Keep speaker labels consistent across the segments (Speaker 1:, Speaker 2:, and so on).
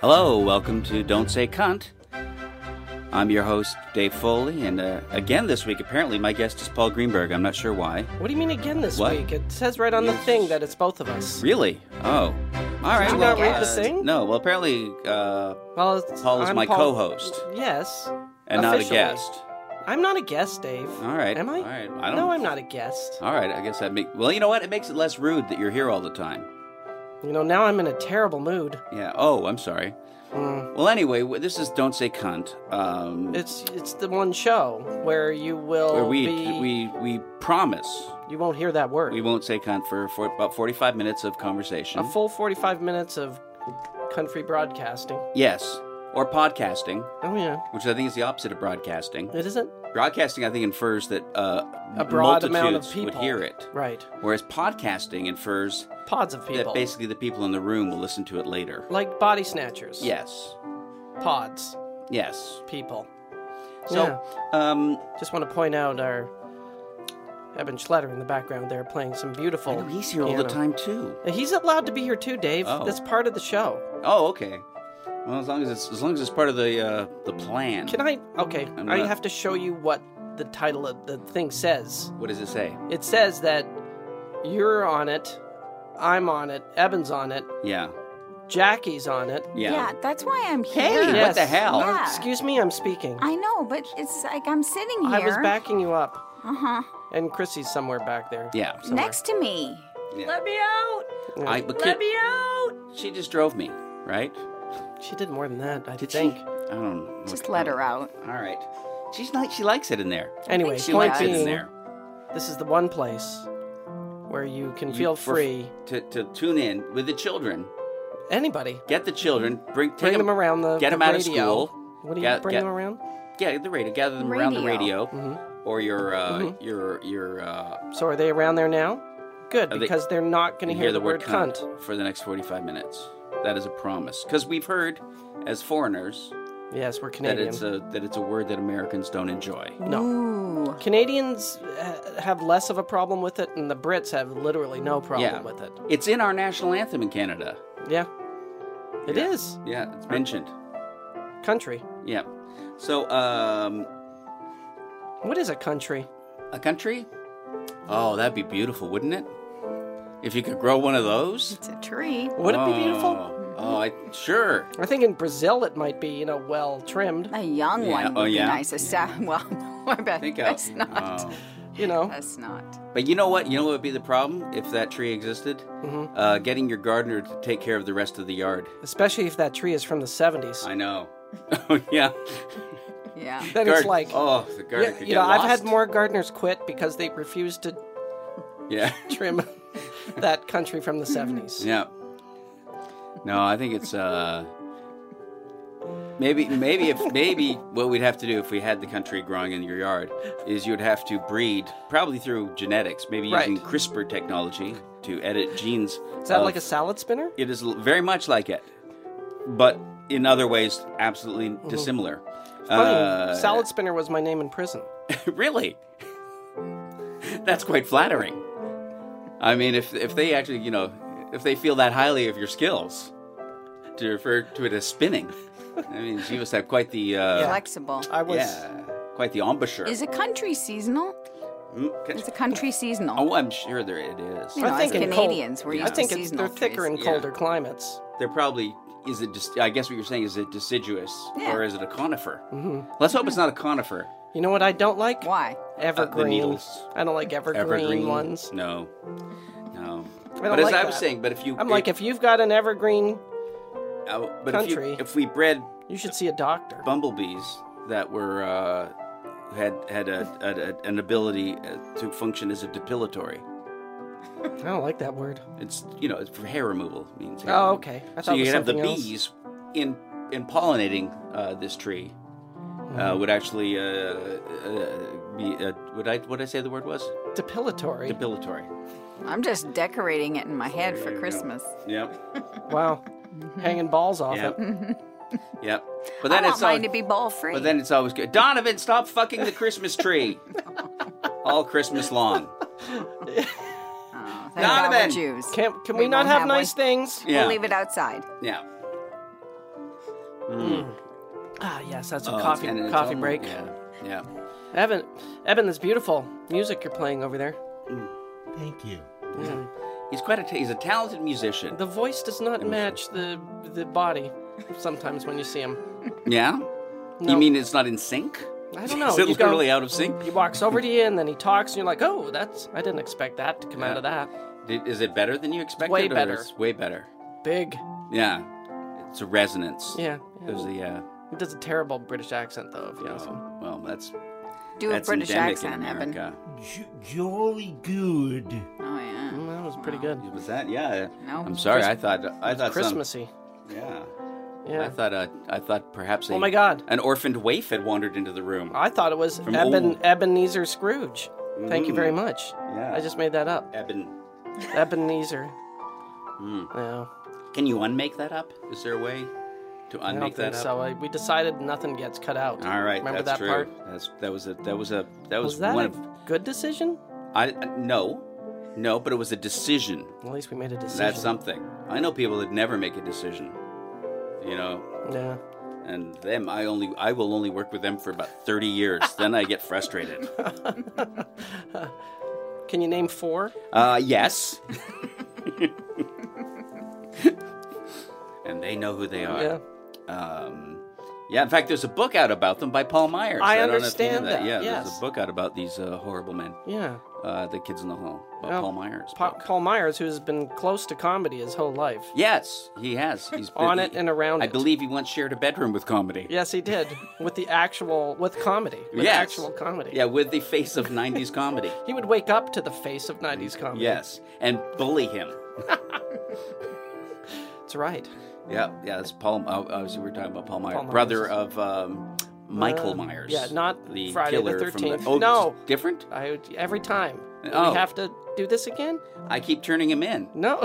Speaker 1: Hello, welcome to Don't Say Cunt. I'm your host, Dave Foley, and uh, again this week, apparently my guest is Paul Greenberg. I'm not sure why.
Speaker 2: What do you mean again this
Speaker 1: What?
Speaker 2: week? It says right on the thing that it's both of us.
Speaker 1: Really? Oh. All right.
Speaker 2: you
Speaker 1: well,
Speaker 2: not read
Speaker 1: uh,
Speaker 2: the thing?
Speaker 1: No. Well, apparently uh,
Speaker 2: Well, it's,
Speaker 1: Paul is
Speaker 2: I'm
Speaker 1: my co-host
Speaker 2: Yes.
Speaker 1: and not a
Speaker 2: Officially.
Speaker 1: guest.
Speaker 2: I'm not a guest, Dave.
Speaker 1: All right.
Speaker 2: Am I?
Speaker 1: All right. I don't.
Speaker 2: No, I'm not a guest.
Speaker 1: All right. I guess that makes. Well, you know what? It makes it less rude that you're here all the time.
Speaker 2: You know, now I'm in a terrible mood.
Speaker 1: Yeah. Oh, I'm sorry.
Speaker 2: Hmm.
Speaker 1: Well, anyway, w- this is Don't Say Cunt. Um,
Speaker 2: It's it's the one show where you will
Speaker 1: where we
Speaker 2: be.
Speaker 1: we we promise
Speaker 2: you won't hear that word.
Speaker 1: we won't say cunt for, for about 45 minutes of conversation.
Speaker 2: a full 45 minutes of country broadcasting.
Speaker 1: yes, or podcasting,
Speaker 2: Oh yeah,
Speaker 1: which I think is the opposite of broadcasting.
Speaker 2: it isn't
Speaker 1: Broadcasting, I think, infers that uh,
Speaker 2: a broad
Speaker 1: multitudes
Speaker 2: amount of people
Speaker 1: would hear it,
Speaker 2: Right,
Speaker 1: whereas podcasting infers
Speaker 2: pods of people.
Speaker 1: that basically the people in the room will listen to it later.
Speaker 2: like body snatchers.
Speaker 1: Yes,
Speaker 2: pods
Speaker 1: yes.
Speaker 2: people.
Speaker 1: So, um,
Speaker 2: Just want to point out our Eben Schletter in the background there playing some beautiful.
Speaker 1: I know oh, he's here all the time
Speaker 2: piano.
Speaker 1: too.
Speaker 2: And He's allowed to be here too, Dave.
Speaker 1: Oh.
Speaker 2: That's part of the show.
Speaker 1: Oh, okay. Well, as long as it's as long as it's part of the uh, the plan.
Speaker 2: Can I? Okay,
Speaker 1: I'm
Speaker 2: I
Speaker 1: not-
Speaker 2: have to show you what the title of the thing says.
Speaker 1: What does it say?
Speaker 2: It says that you're on it, I'm on it, Eben's on it,
Speaker 1: Yeah,
Speaker 2: Jackie's on it.
Speaker 1: yeah.
Speaker 3: that's why I'm here.
Speaker 1: Hey, what
Speaker 2: Yes.
Speaker 1: the hell?
Speaker 3: Yeah.
Speaker 2: Excuse me, I'm speaking.
Speaker 3: I know, but it's like I'm sitting here.
Speaker 2: I was backing you up,
Speaker 3: Uh huh.
Speaker 2: and Chrissy's somewhere back there.
Speaker 1: Yeah.
Speaker 3: Next to me.
Speaker 1: Yeah.
Speaker 3: Let me out.
Speaker 1: I, but kid,
Speaker 3: out.
Speaker 1: she just drove me, right?
Speaker 2: She did more than that, I
Speaker 1: Did
Speaker 2: think.
Speaker 1: she? I don't know.
Speaker 3: Just let her out.
Speaker 1: All right. She's like she likes it in there.
Speaker 2: Anyway,
Speaker 3: she
Speaker 1: She
Speaker 2: point
Speaker 1: likes it in
Speaker 2: being,
Speaker 1: there.
Speaker 2: this is the one place where you can
Speaker 1: You-
Speaker 2: feel
Speaker 1: for-
Speaker 2: free.
Speaker 1: to, to tune in with the children.
Speaker 2: Anybody.
Speaker 1: Get the children. Bring take
Speaker 2: Bring them around the
Speaker 1: get
Speaker 2: the
Speaker 1: them out
Speaker 2: radio.
Speaker 1: of school.
Speaker 2: What do you
Speaker 1: Get-
Speaker 2: bring
Speaker 1: get-
Speaker 2: them around?
Speaker 1: Yeah, the radio. Gather them around the radio
Speaker 3: Radio.
Speaker 2: Mm-hmm.
Speaker 1: or your uh, your your uh,
Speaker 2: So are they around there now? Good,
Speaker 1: they-
Speaker 2: because they, are not going to
Speaker 1: and
Speaker 2: hear, the, word cunt.
Speaker 1: for the next 45 minutes. That is a promise because we've heard as foreigners
Speaker 2: Yes, we're
Speaker 1: that uh,
Speaker 2: Canadian.
Speaker 1: it's a that it's a word that Americans don't enjoy.
Speaker 2: no.
Speaker 3: Ooh.
Speaker 2: Canadians uh, have less of a problem with it, and the Brits have literally no problem
Speaker 1: Yeah.
Speaker 2: with it.
Speaker 1: It's in our national anthem in Canada.
Speaker 2: Yeah. it is
Speaker 1: Yeah. Yeah, it's mentioned.
Speaker 2: Country.
Speaker 1: Yeah. So, um,
Speaker 2: What is a country?
Speaker 1: a country? Oh, that'd be beautiful, wouldn't it? If you could grow one of those?
Speaker 3: It's a tree.
Speaker 2: Would it be beautiful?
Speaker 1: Oh, oh, I, sure.
Speaker 2: I think in Brazil it might be, you know, well trimmed.
Speaker 3: A young
Speaker 1: Yeah,
Speaker 3: one
Speaker 1: oh,
Speaker 3: would be
Speaker 1: yeah?
Speaker 3: nice. A sa- well, I bet
Speaker 1: Think out.
Speaker 3: that's not.
Speaker 1: oh.
Speaker 2: You know,
Speaker 3: That's not.
Speaker 1: But you know what? You know what would be the problem if that tree existed? Mm-hmm. Uh, getting your gardener to take care of the rest of the yard.
Speaker 2: especially if that tree is from the 70s.
Speaker 1: I know. oh, yeah.
Speaker 3: Yeah.
Speaker 2: then
Speaker 1: Garden-
Speaker 2: it's like,
Speaker 1: oh, the gardener
Speaker 2: yeah,
Speaker 1: could
Speaker 2: you
Speaker 1: get
Speaker 2: know, I've
Speaker 1: lost.
Speaker 2: had more gardeners quit because they refused to
Speaker 1: Yeah.
Speaker 2: trim that country from the 70s.
Speaker 1: Yeah. No, I think it's uh maybe maybe if maybe what we'd have to do if we had the country growing in your yard is you'd have to breed probably through genetics, maybe
Speaker 2: Right.
Speaker 1: using CRISPR technology to edit genes.
Speaker 2: Is that
Speaker 1: of-
Speaker 2: like a salad spinner?
Speaker 1: It is l- very much like it, but in other ways absolutely dissimilar.
Speaker 2: Mm-hmm.
Speaker 1: Uh,
Speaker 2: Funny, salad spinner was my name in prison.
Speaker 1: really? That's quite flattering. I mean, if if they actually, you know, if they feel that highly of your skills, to refer to it as spinning, I mean, she must have quite the uh,
Speaker 3: Flexible.
Speaker 2: I was.
Speaker 1: yeah, quite the embouchure.
Speaker 3: Is a country seasonal?
Speaker 1: Mm, can-
Speaker 3: It's a country seasonal.
Speaker 1: oh, I'm sure there it is.
Speaker 3: You know,
Speaker 2: I think
Speaker 3: as
Speaker 2: in cold-
Speaker 3: Canadians, we're
Speaker 1: Yeah.
Speaker 3: used
Speaker 2: I think
Speaker 3: to
Speaker 2: it's, they're
Speaker 3: seasonal
Speaker 2: thicker
Speaker 3: trees.
Speaker 2: in colder climates.
Speaker 1: They're probably. Is it just? I guess what you're saying is it deciduous
Speaker 3: Yeah.
Speaker 1: or is it a conifer? Mm-hmm. Let's hope it's not a conifer.
Speaker 2: You know what I don't like?
Speaker 3: Why?
Speaker 2: Evergreen.
Speaker 1: Uh, needles.
Speaker 2: I don't like evergreen, ones.
Speaker 1: No, no.
Speaker 2: don't
Speaker 1: But as
Speaker 2: like
Speaker 1: I was
Speaker 2: that.
Speaker 1: saying, but if you,
Speaker 2: I'm like, if you've got an evergreen,
Speaker 1: uh, but if, you,
Speaker 2: country-
Speaker 1: if we bred
Speaker 2: you should see a doctor.
Speaker 1: bumblebees that were uh, had had a, a, a- an ability uh, to function as a depilatory.
Speaker 2: I don't like that word.
Speaker 1: It's you know it's for hair removal. It means hair
Speaker 2: Oh,
Speaker 1: removal.
Speaker 2: okay. I
Speaker 1: so
Speaker 2: thought it
Speaker 1: you
Speaker 2: was
Speaker 1: could have the
Speaker 2: something else.
Speaker 1: bees in in pollinating uh, this tree uh,
Speaker 2: Mm-hmm.
Speaker 1: would actually uh, uh, be uh, would I would I say the word was
Speaker 2: Depilatory.
Speaker 1: depilatory.
Speaker 3: I'm just decorating it in my head
Speaker 1: There
Speaker 3: for
Speaker 1: you go.
Speaker 3: Christmas.
Speaker 1: Yep.
Speaker 2: wow.
Speaker 3: Mm-hmm.
Speaker 2: Hanging balls off
Speaker 1: Yep.
Speaker 2: it.
Speaker 1: yep. But
Speaker 3: I
Speaker 1: then
Speaker 3: want
Speaker 1: it's
Speaker 3: mine
Speaker 1: all-
Speaker 3: to be ball free.
Speaker 1: But then it's always good. Donovan, stop fucking the Christmas tree. All Christmas long.
Speaker 3: oh, thank God we're
Speaker 1: Donovan!
Speaker 3: Jews.
Speaker 2: Can, can we,
Speaker 3: We
Speaker 2: not
Speaker 3: won't
Speaker 2: have,
Speaker 3: have
Speaker 2: nice
Speaker 3: one.
Speaker 2: things?
Speaker 1: Yeah.
Speaker 3: We'll leave it outside.
Speaker 1: Yeah.
Speaker 2: Ah, yes, that's a
Speaker 1: Oh,
Speaker 2: coffee
Speaker 1: and it's
Speaker 2: coffee
Speaker 1: almo-
Speaker 2: break.
Speaker 1: Yeah, yeah.
Speaker 2: Evan, Evan, this beautiful music you're playing over there.
Speaker 4: Thank you.
Speaker 1: He's quite a ta- he's a talented musician.
Speaker 2: The voice does not match the the body. Sometimes when you see him,
Speaker 1: yeah.
Speaker 2: No.
Speaker 1: You mean it's not in sync?
Speaker 2: I don't know.
Speaker 1: Is it
Speaker 2: you go-
Speaker 1: literally out of sync?
Speaker 2: He walks over to you and then he talks, and you're like, "Oh, that's I didn't expect that to come out of that."
Speaker 1: Did, is it better than you expected?
Speaker 2: Way
Speaker 1: or
Speaker 2: better.
Speaker 1: It's way better.
Speaker 2: Big,
Speaker 1: Yeah. It's a resonance.
Speaker 2: yeah. yeah.
Speaker 1: There's the uh,
Speaker 2: He does a terrible British accent though. If you ask him.
Speaker 1: oh, well, that's
Speaker 3: Do
Speaker 1: that's
Speaker 3: a British
Speaker 1: endemic
Speaker 3: accent,
Speaker 1: in
Speaker 3: Evan.
Speaker 1: America.
Speaker 4: J- jolly good.
Speaker 3: Oh yeah.
Speaker 2: Mm, that was pretty good.
Speaker 1: Was that? Yeah.
Speaker 3: No.
Speaker 1: I'm sorry. I thought I thought
Speaker 2: Christmassy.
Speaker 1: Some, yeah.
Speaker 2: Yeah.
Speaker 1: I thought uh, I thought perhaps a,
Speaker 2: Oh my God.
Speaker 1: an orphaned waif had wandered into the room.
Speaker 2: I thought it was
Speaker 1: From
Speaker 2: Eben,
Speaker 1: old. Mm.
Speaker 2: Ebenezer Scrooge. Thank you very much.
Speaker 1: Yeah.
Speaker 2: I just made that up.
Speaker 1: Eben,
Speaker 2: Ebenezer.
Speaker 1: Mm.
Speaker 2: No,
Speaker 1: can you unmake that up? Is there a way to
Speaker 2: I
Speaker 1: unmake
Speaker 2: don't think
Speaker 1: that
Speaker 2: so.
Speaker 1: up?
Speaker 2: I, we decided nothing gets cut out.
Speaker 1: All right.
Speaker 2: Remember
Speaker 1: that's
Speaker 2: that
Speaker 1: true.
Speaker 2: part?
Speaker 1: That's that was a that was a that was,
Speaker 2: Was that
Speaker 1: one
Speaker 2: a
Speaker 1: of
Speaker 2: good decision?
Speaker 1: I no, no, but it was a decision.
Speaker 2: At least we made a decision.
Speaker 1: That's something. I know people that never make a decision. You know,
Speaker 2: Yeah.
Speaker 1: and them I only I will only work with them for about 30 years. then I get frustrated.
Speaker 2: Can you name four?
Speaker 1: Uh yes. and they know who they are.
Speaker 2: Yeah.
Speaker 1: Um yeah, in fact, there's a book out about them by Paul Myers.
Speaker 2: I
Speaker 1: don't know if you knew
Speaker 2: understand that,
Speaker 1: Yeah, there's
Speaker 2: yes.
Speaker 1: a book out about these uh, horrible men,
Speaker 2: Yeah.
Speaker 1: uh, the kids in the hall, by
Speaker 2: Yeah.
Speaker 1: Paul Myers.
Speaker 2: Oh, Pa-
Speaker 1: book.
Speaker 2: Paul Myers, who's been close to comedy his whole life.
Speaker 1: Yes, he has. He's been,
Speaker 2: On it and around
Speaker 1: I
Speaker 2: it.
Speaker 1: believe he once shared a bedroom with comedy.
Speaker 2: Yes, he did. with the actual, with comedy. With
Speaker 1: Yes.
Speaker 2: actual comedy.
Speaker 1: Yeah, with the face of 90s comedy.
Speaker 2: He would wake up to the face of 90s comedy.
Speaker 1: Yes, and bully him.
Speaker 2: That's right.
Speaker 1: Yeah, yeah, that's Paul. Uh, obviously, we were talking about Paul Myers,
Speaker 2: Paul Myers. Uh,
Speaker 1: brother of um, Michael Myers.
Speaker 2: yeah, not
Speaker 1: the
Speaker 2: Friday the
Speaker 1: killer from
Speaker 2: 13th.
Speaker 1: oh,
Speaker 2: No.
Speaker 1: it's different.
Speaker 2: I would- every time. Do
Speaker 1: Oh.
Speaker 2: We have to do this again?
Speaker 1: I keep turning him in.
Speaker 2: No.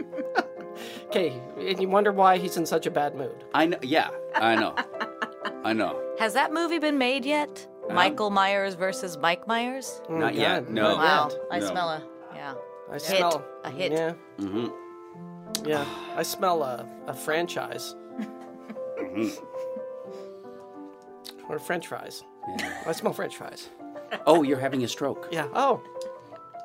Speaker 2: okay, and you wonder why he's in such a bad mood.
Speaker 1: I know. Yeah, I know. I know.
Speaker 5: Has that movie been made yet? Michael Myers versus Mike Myers?
Speaker 2: Oh,
Speaker 1: Not yet,
Speaker 2: God,
Speaker 1: no.
Speaker 2: not
Speaker 5: Wow,
Speaker 2: yet.
Speaker 5: I
Speaker 1: No.
Speaker 5: smell a yeah.
Speaker 2: I smell
Speaker 5: A hit.
Speaker 2: Yeah.
Speaker 1: Mhm.
Speaker 2: Yeah. I smell a, a franchise. or French fries. I smell French fries.
Speaker 1: Oh, you're having a stroke.
Speaker 2: Yeah. Oh,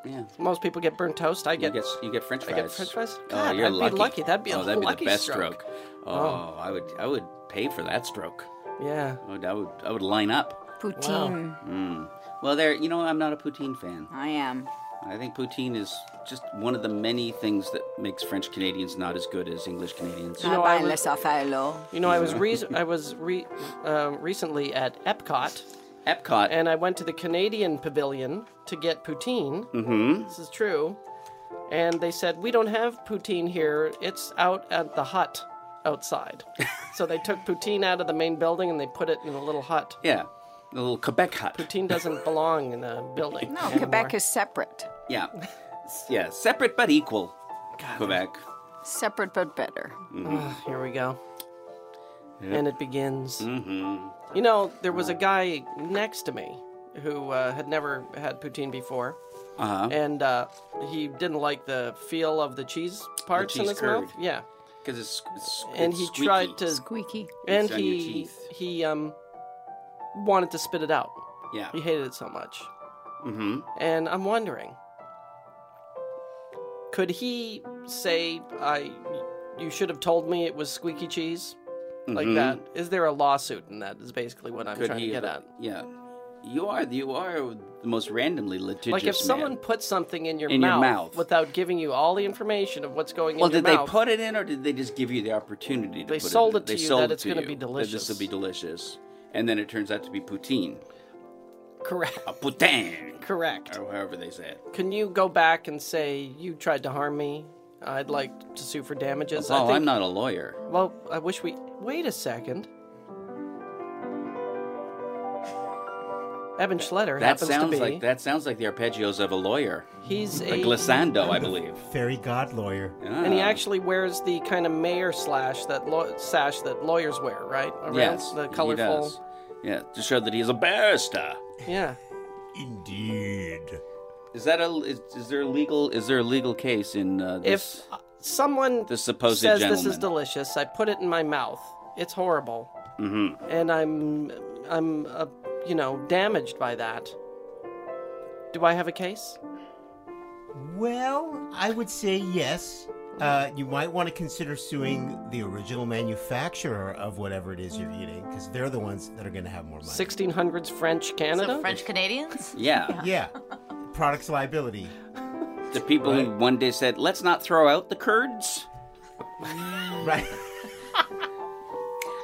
Speaker 1: Yeah.
Speaker 2: most people get burnt toast. I
Speaker 1: You
Speaker 2: get.
Speaker 1: get you get French fries.
Speaker 2: get French fries?
Speaker 1: oh,
Speaker 2: God,
Speaker 1: you're
Speaker 2: I'd be
Speaker 1: lucky.
Speaker 2: lucky. That'd be a
Speaker 1: oh, that'd be
Speaker 2: lucky
Speaker 1: the best
Speaker 2: stroke.
Speaker 1: stroke. Oh, I would I would pay for that stroke.
Speaker 2: Yeah.
Speaker 1: I would I would, I would line up.
Speaker 3: Poutine.
Speaker 1: Well, there. You know, I'm not a poutine fan.
Speaker 3: I am.
Speaker 1: I think poutine is just one of the many things that makes French Canadians not as good as English Canadians.
Speaker 3: I
Speaker 2: know, I
Speaker 3: buy
Speaker 2: was-
Speaker 3: Les Affaires.
Speaker 2: You know, I was re- I was re- um, recently at Epcot,
Speaker 1: Epcot.
Speaker 2: and I went to the Canadian Pavilion to get poutine.
Speaker 1: hmm
Speaker 2: This is true, and they said we don't have poutine here. It's out at the hut outside. so they took poutine out of the main building and they put it in a little hut.
Speaker 1: Yeah. The little Quebec hut.
Speaker 2: Poutine doesn't belong in a building.
Speaker 3: No, Quebec is separate.
Speaker 1: Yeah. S- Yeah. Separate but equal. Quebec.
Speaker 3: Separate but better.
Speaker 2: Here we go. And it begins.
Speaker 1: Mm.
Speaker 2: Mm-hmm. You know, there was a guy next to me who uh, had never had poutine before,
Speaker 1: Uh huh.
Speaker 2: and uh, he didn't like the feel of the cheese parts in
Speaker 1: cheese
Speaker 2: his mouth.
Speaker 1: curd.
Speaker 2: Yeah,
Speaker 1: Because it's, it's,
Speaker 2: and
Speaker 1: it's
Speaker 2: he
Speaker 1: squeaky.
Speaker 2: tried to,
Speaker 3: Squeaky.
Speaker 2: and
Speaker 1: It's on your
Speaker 2: he
Speaker 1: teeth.
Speaker 2: he um wanted to spit it out.
Speaker 1: Yeah.
Speaker 2: He hated it so much,
Speaker 1: Mm-hmm.
Speaker 2: and I'm wondering, could he say, "I, you should have told me it was squeaky cheese"? like that. Is there a lawsuit in that? Is basically what I'm
Speaker 1: Mm-hmm. Could
Speaker 2: trying
Speaker 1: he?
Speaker 2: to get
Speaker 1: have-
Speaker 2: at.
Speaker 1: Yeah. You are you are the most randomly litigious.
Speaker 2: Like if
Speaker 1: man.
Speaker 2: someone puts something in your,
Speaker 1: In your
Speaker 2: mouth
Speaker 1: mouth.
Speaker 2: without giving you all the information of what's going
Speaker 1: Well,
Speaker 2: in your
Speaker 1: did
Speaker 2: mouth.
Speaker 1: they put it in, or did they just give you the opportunity to?
Speaker 2: They
Speaker 1: put
Speaker 2: sold
Speaker 1: it, in?
Speaker 2: it to
Speaker 1: They
Speaker 2: you
Speaker 1: sold
Speaker 2: that
Speaker 1: it
Speaker 2: it's
Speaker 1: to
Speaker 2: gonna
Speaker 1: you,
Speaker 2: be
Speaker 1: That this
Speaker 2: delicious.
Speaker 1: will be delicious, and then it turns out to be poutine,
Speaker 2: correct?
Speaker 1: a poutine,
Speaker 2: Correct.
Speaker 1: or however they say it.
Speaker 2: Can you go back and say you tried to harm me? I'd like to sue for damages. I
Speaker 1: Well,
Speaker 2: think,
Speaker 1: Oh, I'm not a lawyer.
Speaker 2: Well, I wish we. Wait a second. Evan Schletter
Speaker 1: That
Speaker 2: happens to
Speaker 1: sounds
Speaker 2: be.
Speaker 1: like that sounds like the arpeggios of a lawyer,
Speaker 2: He's
Speaker 1: a Ah.
Speaker 2: a,
Speaker 1: glissando, I believe.
Speaker 4: Fairy god lawyer.
Speaker 2: and he actually wears the kind of mayor slash that law sash that lawyers wear, right? Around
Speaker 1: yes,
Speaker 2: the
Speaker 1: he
Speaker 2: colorful.
Speaker 1: does. Yeah, to show that he's a barrister.
Speaker 2: Yeah.
Speaker 4: Indeed.
Speaker 1: Is that a is, is there a legal is there a legal case in uh,
Speaker 2: If
Speaker 1: this?
Speaker 2: uh, someone
Speaker 1: This supposed
Speaker 2: says this
Speaker 1: gentleman.
Speaker 2: is delicious, I put it in my mouth. It's horrible. Mm-hmm. And I'm, I'm, uh, you know, damaged by that. Do I have a case?
Speaker 4: Well, I would say yes. Uh, you might want to consider suing the original manufacturer of whatever it is you're eating, because they're the ones that are going to have more money.
Speaker 2: 1600s French Canada?
Speaker 5: So French Canadians?
Speaker 1: Yeah.
Speaker 4: Yeah. Products liability.
Speaker 1: The people who one day said, let's not throw out the curds.
Speaker 4: Right.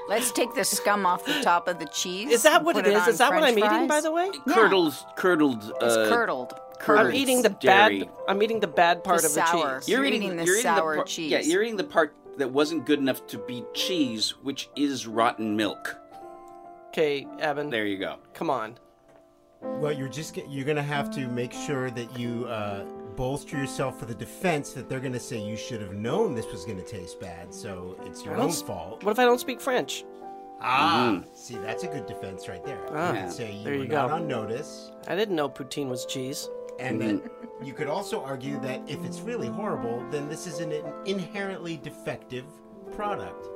Speaker 3: Let's take the scum off the top of the cheese.
Speaker 2: Is that what
Speaker 3: and
Speaker 2: it
Speaker 3: put
Speaker 2: is?
Speaker 3: on
Speaker 2: Is that what
Speaker 3: french
Speaker 2: I'm eating, by
Speaker 3: fries.
Speaker 2: the way?
Speaker 1: Curdles, curdled.
Speaker 3: It's
Speaker 1: uh,
Speaker 3: curdled.
Speaker 1: curdled
Speaker 2: I'm eating the
Speaker 1: dairy.
Speaker 2: bad. I'm eating the bad part
Speaker 3: The
Speaker 2: of
Speaker 3: sour.
Speaker 2: the cheese.
Speaker 3: You're eating the sour
Speaker 1: part, Yeah,
Speaker 3: cheese.
Speaker 1: you're eating the part that wasn't good enough to be cheese, which is rotten milk.
Speaker 2: Okay, Evan.
Speaker 1: There you go.
Speaker 2: Come on.
Speaker 4: Well, you're just get, you're going to have to make sure that you uh, bolster yourself for the defense that they're going to say you should have known this was going to taste bad, so it's your own
Speaker 2: s-
Speaker 4: fault.
Speaker 2: What if I don't speak French?
Speaker 4: Ah, see, that's a good defense right there.
Speaker 2: Mm-hmm. Ah,
Speaker 4: you can say you
Speaker 2: there
Speaker 4: were
Speaker 2: you
Speaker 4: not
Speaker 2: go.
Speaker 4: on notice,
Speaker 2: I didn't know poutine was cheese.
Speaker 4: and then
Speaker 2: Mm-hmm.
Speaker 4: you could also argue that if it's really horrible, then this is an in- inherently defective product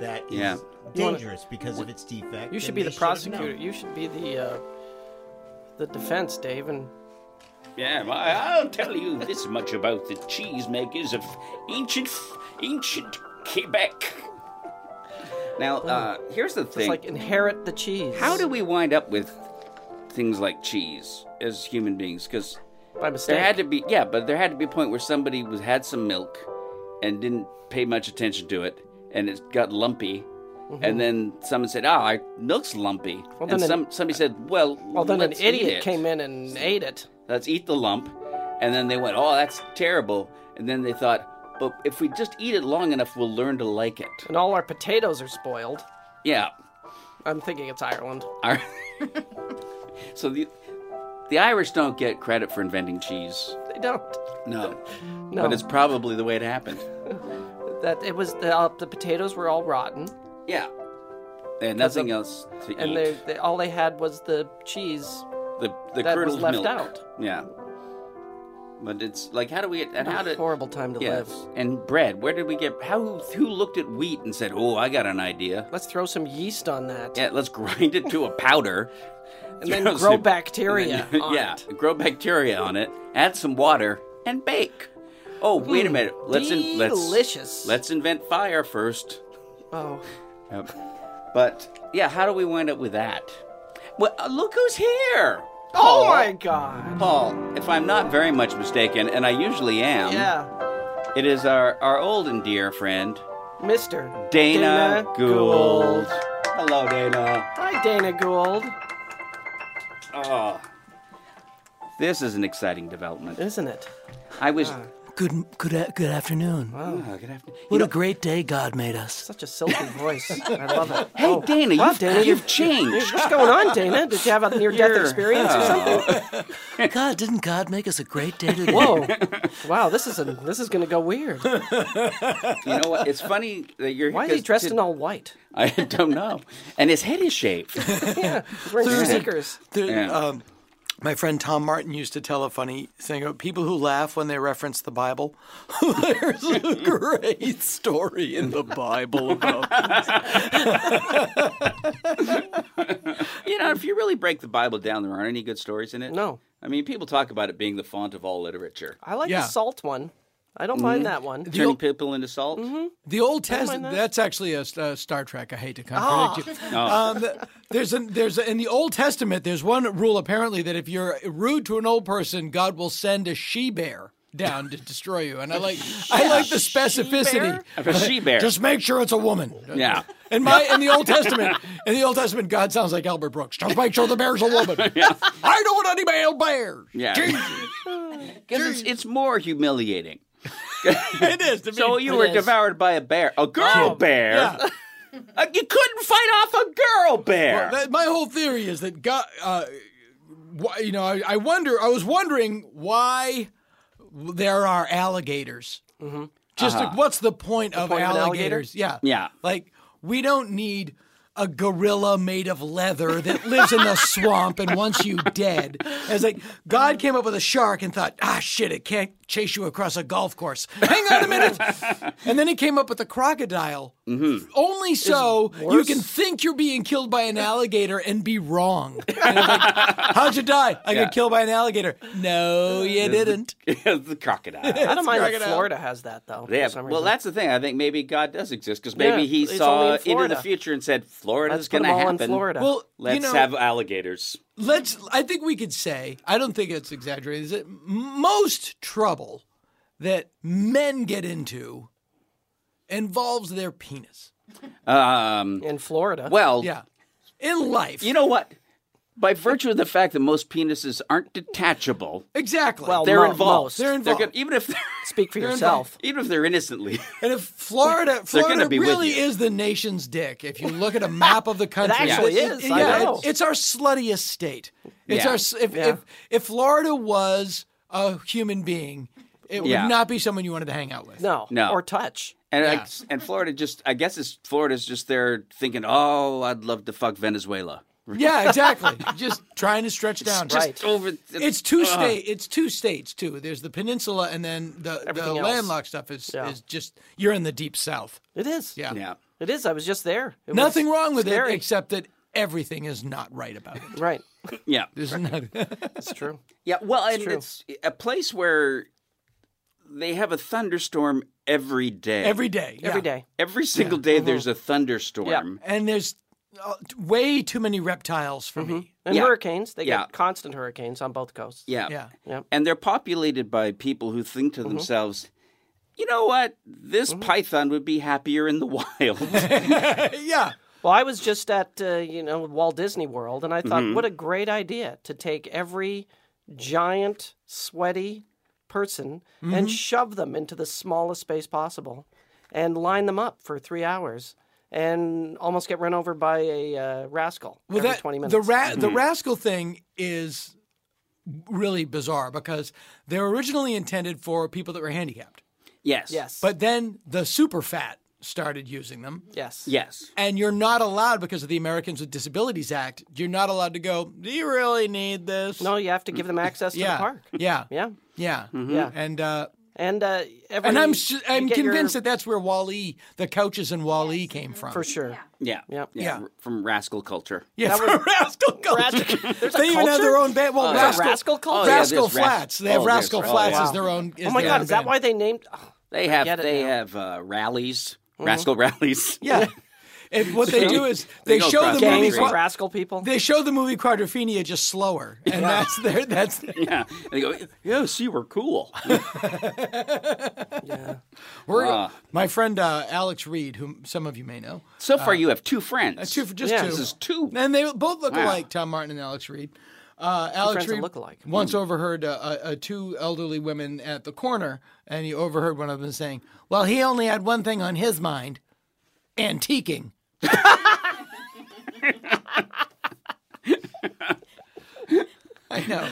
Speaker 4: that is
Speaker 1: Yeah.
Speaker 2: Mm. You wanna-
Speaker 4: dangerous because of its defect.
Speaker 2: You should
Speaker 4: and
Speaker 2: be
Speaker 4: they
Speaker 2: the
Speaker 4: have known.
Speaker 2: prosecutor. You should be the uh, the defense, Dave. And
Speaker 1: Yeah, well, I'll tell you this much about the cheesemakers of ancient, ancient Quebec. Now, uh, here's the
Speaker 2: it's
Speaker 1: thing.
Speaker 2: like inherit the cheese.
Speaker 1: How do we wind up with things like cheese as human beings? Because
Speaker 2: by mistake?
Speaker 1: there had to be, yeah, but there had to be a point where somebody was had some milk and didn't pay much attention to it, and it got lumpy. And then someone said, "Oh, our milk's lumpy."
Speaker 2: Mm-hmm.
Speaker 1: and
Speaker 2: Well, then
Speaker 1: some,
Speaker 2: an-
Speaker 1: somebody said, "Well,
Speaker 2: well, then an
Speaker 1: let's eat
Speaker 2: idiot
Speaker 1: it.
Speaker 2: came in and ate it.
Speaker 1: Let's eat the lump." And then they went, "Oh, that's terrible." And then they thought, "But if we just eat it long enough, we'll learn to like it."
Speaker 2: and all our potatoes are spoiled.
Speaker 1: Yeah.
Speaker 2: I'm thinking it's Ireland.
Speaker 1: Our- so the the Irish don't get credit for inventing cheese.
Speaker 2: They don't.
Speaker 1: No.
Speaker 2: No,
Speaker 1: But it's probably the way it happened.
Speaker 2: that it was the, uh, the potatoes were all rotten,
Speaker 1: Yeah. They had nothing else to eat.
Speaker 2: and they, they all they had was the cheese.
Speaker 1: the the
Speaker 2: that was
Speaker 1: curdled
Speaker 2: left
Speaker 1: milk.
Speaker 2: out.
Speaker 1: Yeah. But it's like how do we and how did
Speaker 2: horrible time to
Speaker 1: yes.
Speaker 2: live.
Speaker 1: And bread. Where did we get how who looked at wheat and said, "Oh, I got an idea."
Speaker 2: Let's throw some yeast on that,
Speaker 1: Yeah, let's grind it to a powder.
Speaker 2: and then
Speaker 1: throw
Speaker 2: grow
Speaker 1: some-
Speaker 2: bacteria.
Speaker 1: and then-
Speaker 2: on
Speaker 1: yeah,
Speaker 2: it.
Speaker 1: grow bacteria on it. Add some water and bake. Oh, wait a
Speaker 2: Mm,
Speaker 1: minute. Let's in, let's
Speaker 2: delicious.
Speaker 1: let's invent fire first.
Speaker 2: Oh,
Speaker 1: Yep. But yeah, how do we wind up with that? Well, uh, look who's here.
Speaker 2: oh
Speaker 1: Paul.
Speaker 2: my god.
Speaker 1: Paul, if I'm not very much mistaken, and I usually am,
Speaker 2: Yeah,
Speaker 1: it is our, our old and dear friend,
Speaker 2: Mister
Speaker 1: Dana, Gould.
Speaker 2: Gould.
Speaker 1: Hello, Dana.
Speaker 2: Hi, Dana Gould.
Speaker 1: Oh, this is an exciting development.
Speaker 2: Isn't it?
Speaker 1: I was.
Speaker 2: uh,
Speaker 6: Good, good, a- good afternoon.
Speaker 1: Oh, good afternoon.
Speaker 6: what a great day God made us.
Speaker 2: Such a silky voice. I love it.
Speaker 1: Hey,
Speaker 2: Oh,
Speaker 1: Dana,
Speaker 2: wow,
Speaker 1: you've,
Speaker 2: Dana,
Speaker 1: you've changed.
Speaker 2: What's going on, Dana? Did you have a near-death
Speaker 1: You're-
Speaker 2: experience or something?
Speaker 6: God, didn't God make us a great day today?
Speaker 2: Whoa! wow, this is a, this is gonna go weird.
Speaker 1: You know what? It's funny that you're.
Speaker 2: Why is he dressed in all white?
Speaker 1: I don't know. And his head is shaved.
Speaker 2: Yeah, he's wearing sneakers.
Speaker 6: The-
Speaker 1: Yeah.
Speaker 6: um, my friend Tom Martin used to tell a funny thing about people who laugh when they reference the Bible. There's a great story in the Bible about
Speaker 1: You know, if you really break the Bible down, there aren't any good stories in it.
Speaker 2: No.
Speaker 1: I mean, people talk about it being the font of all literature,
Speaker 2: I like
Speaker 7: Yeah.
Speaker 2: the salt one. I don't mind that one.
Speaker 1: turning people into salt.
Speaker 2: Mm-hmm.
Speaker 7: The Old Testament. That's actually a, uh, Star Trek. I hate to contradict you. Um, th- there's an there's a, in the Old Testament. There's one rule apparently that if you're rude to an old person, God will send a she bear down to destroy you. And I like I like the specificity.
Speaker 1: Of a she bear.
Speaker 7: Just make sure it's a woman.
Speaker 1: Yeah.
Speaker 7: In my in the Old Testament, in the Old Testament, God sounds like Albert Brooks. Just make sure the bear's a woman. I don't want any male bears.
Speaker 1: Yeah. Because it's, it's more humiliating.
Speaker 7: It is. To
Speaker 1: So
Speaker 7: me.
Speaker 1: you were
Speaker 2: is.
Speaker 1: devoured by a bear, a girl bear.
Speaker 7: Yeah.
Speaker 1: Uh, you couldn't fight off a girl bear.
Speaker 7: Uh, That- my whole theory is that God, uh, wh- you know, I, I wonder. I was wondering why there are alligators. Mm-hmm. Just like, what's the point of
Speaker 2: point of an alligator?
Speaker 7: alligators? Yeah,
Speaker 1: Yeah.
Speaker 7: Like we don't need a gorilla made of leather that lives in the swamp and wants you dead. And it's like God came up with a shark and thought, ah, shit, it can't chase you across a golf course. Hang on a minute. and then he came up with a crocodile. Only so you can think you're being killed by an alligator and be wrong. And it's like, How'd you die? I
Speaker 1: Yeah.
Speaker 7: got killed by an alligator. No, you didn't.
Speaker 1: the crocodile.
Speaker 2: I don't mind that
Speaker 7: crocodile.
Speaker 2: Florida has that though.
Speaker 1: They have-
Speaker 2: for some
Speaker 1: well,
Speaker 2: reason.
Speaker 1: that's the thing. I think maybe God does exist because maybe
Speaker 2: Yeah,
Speaker 1: he
Speaker 2: it's
Speaker 1: saw
Speaker 2: only in
Speaker 1: into the
Speaker 2: Florida.
Speaker 1: future and said, Florida's
Speaker 2: Let's put
Speaker 1: going to
Speaker 2: 'em all
Speaker 1: happen.
Speaker 2: in Florida.
Speaker 7: Well,
Speaker 1: Let's
Speaker 7: you know,
Speaker 1: have alligators.
Speaker 7: let's i think we could say i don't think it's exaggerated is that most trouble that men get into involves their penis
Speaker 1: Um,
Speaker 2: in Florida.
Speaker 1: well,
Speaker 7: yeah in life
Speaker 1: you know what? By virtue of the fact that most penises aren't detachable,
Speaker 7: exactly
Speaker 2: Well,
Speaker 1: they're
Speaker 2: mo-
Speaker 1: involved.
Speaker 2: most.
Speaker 7: They're
Speaker 1: They're
Speaker 7: involved.
Speaker 1: gonna, even if they're,
Speaker 2: Speak for
Speaker 7: They're
Speaker 2: yourself.
Speaker 1: even if they're innocently,
Speaker 7: and if florida florida
Speaker 1: be with
Speaker 7: really
Speaker 1: you.
Speaker 7: is the nation's dick if you look at a map of the country
Speaker 2: actually
Speaker 7: it-
Speaker 2: is,
Speaker 7: it-
Speaker 2: I
Speaker 7: yeah,
Speaker 2: know.
Speaker 7: it's- it's our sluttiest state it's
Speaker 1: Yeah.
Speaker 7: our s- if, if if florida was a human being it would
Speaker 1: Yeah.
Speaker 7: not be someone you wanted to hang out with
Speaker 2: No,
Speaker 1: No.
Speaker 2: or touch.
Speaker 1: and I-
Speaker 7: Yeah.
Speaker 1: and Florida just, I guess it's Florida's just there thinking, oh, I'd love to fuck Venezuela.
Speaker 7: yeah exactly just trying to stretch down
Speaker 1: Just
Speaker 2: Right. Uh-huh.
Speaker 1: over.
Speaker 7: It's two state. It's two states too. There's the peninsula, and then the, the
Speaker 2: Everything else.
Speaker 7: landlocked stuff is
Speaker 2: Yeah.
Speaker 7: is just you're in the deep south.
Speaker 2: It is.
Speaker 7: Yeah,
Speaker 1: Yeah.
Speaker 2: It is. I was just there. It was
Speaker 7: nothing wrong with
Speaker 2: scary.
Speaker 7: it except that everything is not right about it.
Speaker 2: Right.
Speaker 1: Yeah.
Speaker 7: There's not.
Speaker 2: That's true.
Speaker 1: Yeah, well, and
Speaker 2: true.
Speaker 1: it's a place where they have a thunderstorm every day.
Speaker 7: every day. Mm-hmm. yeah.
Speaker 2: Every day.
Speaker 1: every single day there's a thunderstorm.
Speaker 7: and there's uh, way too many reptiles for me.
Speaker 2: And
Speaker 1: Yeah.
Speaker 2: hurricanes. They
Speaker 1: Yeah.
Speaker 2: get constant hurricanes on both coasts.
Speaker 1: Yeah.
Speaker 7: Yeah,
Speaker 1: And they're populated by people who think to themselves, you know what? This python would be happier in the wild.
Speaker 7: yeah.
Speaker 2: Well, I was just at uh, you know Walt Disney World, and I thought,
Speaker 7: Mm-hmm.
Speaker 2: what a great idea to take every giant, sweaty person
Speaker 7: Mm-hmm.
Speaker 2: and shove them into the smallest space possible, and line them up for three hours, and almost get run over by a uh, rascal
Speaker 7: Well,
Speaker 2: every
Speaker 7: that
Speaker 2: twenty minutes.
Speaker 7: the ra- the rascal thing is really bizarre because they were originally intended for people that were handicapped,
Speaker 1: yes.
Speaker 2: yes,
Speaker 7: but then the super fat started using them.
Speaker 2: yes,
Speaker 1: Yes.
Speaker 7: and you're not allowed because of the Americans with Disabilities Act. You're not allowed to go. Do you really need this?
Speaker 2: No, you have to give them access to
Speaker 7: Mm-hmm. Yeah.
Speaker 2: the park.
Speaker 7: Yeah.
Speaker 2: Yeah,
Speaker 7: Yeah.
Speaker 2: Yeah.
Speaker 7: And uh,
Speaker 2: and uh, every,
Speaker 7: and I'm su-
Speaker 2: you
Speaker 7: I'm
Speaker 2: get your-
Speaker 7: convinced that that's where Wally the couches in Wally came from.
Speaker 2: for sure.
Speaker 1: Yeah.
Speaker 2: Yeah.
Speaker 7: Yeah.
Speaker 1: r- From rascal culture.
Speaker 7: Yeah. From Rascal Culture. they even have their own band. Well,
Speaker 1: Oh, yeah.
Speaker 7: Rascal,
Speaker 2: Rascal Culture?
Speaker 1: Oh, yeah,
Speaker 7: Rascal
Speaker 1: there's Ras-
Speaker 7: Flats. they have
Speaker 1: oh, there's
Speaker 7: Rascal
Speaker 1: Ras-
Speaker 7: Flats
Speaker 1: oh,
Speaker 7: as
Speaker 1: yeah.
Speaker 7: their own.
Speaker 2: Oh my God, is that why they named? oh,
Speaker 1: They have
Speaker 2: get it
Speaker 1: they
Speaker 2: now.
Speaker 1: have uh, rallies, rascal rallies.
Speaker 7: Yeah. And what they do is
Speaker 1: They
Speaker 7: they,
Speaker 1: go
Speaker 7: show the
Speaker 1: cross-country.
Speaker 7: movie.
Speaker 2: Gangs
Speaker 1: Quad-
Speaker 2: of
Speaker 7: Qua-
Speaker 2: rascal people.
Speaker 7: They show the movie Quadrophenia just slower, and that's their that's their,
Speaker 1: yeah. And they go, yeah, see, we're cool.
Speaker 7: We're, my friend uh, Alex Reed, whom some of you may know,
Speaker 1: so
Speaker 2: Uh,
Speaker 1: far, you have two friends.
Speaker 7: two for just
Speaker 2: Yeah.
Speaker 7: two.
Speaker 1: This is two.
Speaker 7: and they both look
Speaker 1: Wow.
Speaker 7: alike, Tom Martin and Alex Reed. Uh, Alex
Speaker 2: friends that
Speaker 7: Reed
Speaker 2: look alike. Hmm.
Speaker 7: once overheard uh, uh, uh, two elderly women at the corner, and he overheard one of them saying, "Well, he only had one thing on his mind: antiquing." I know.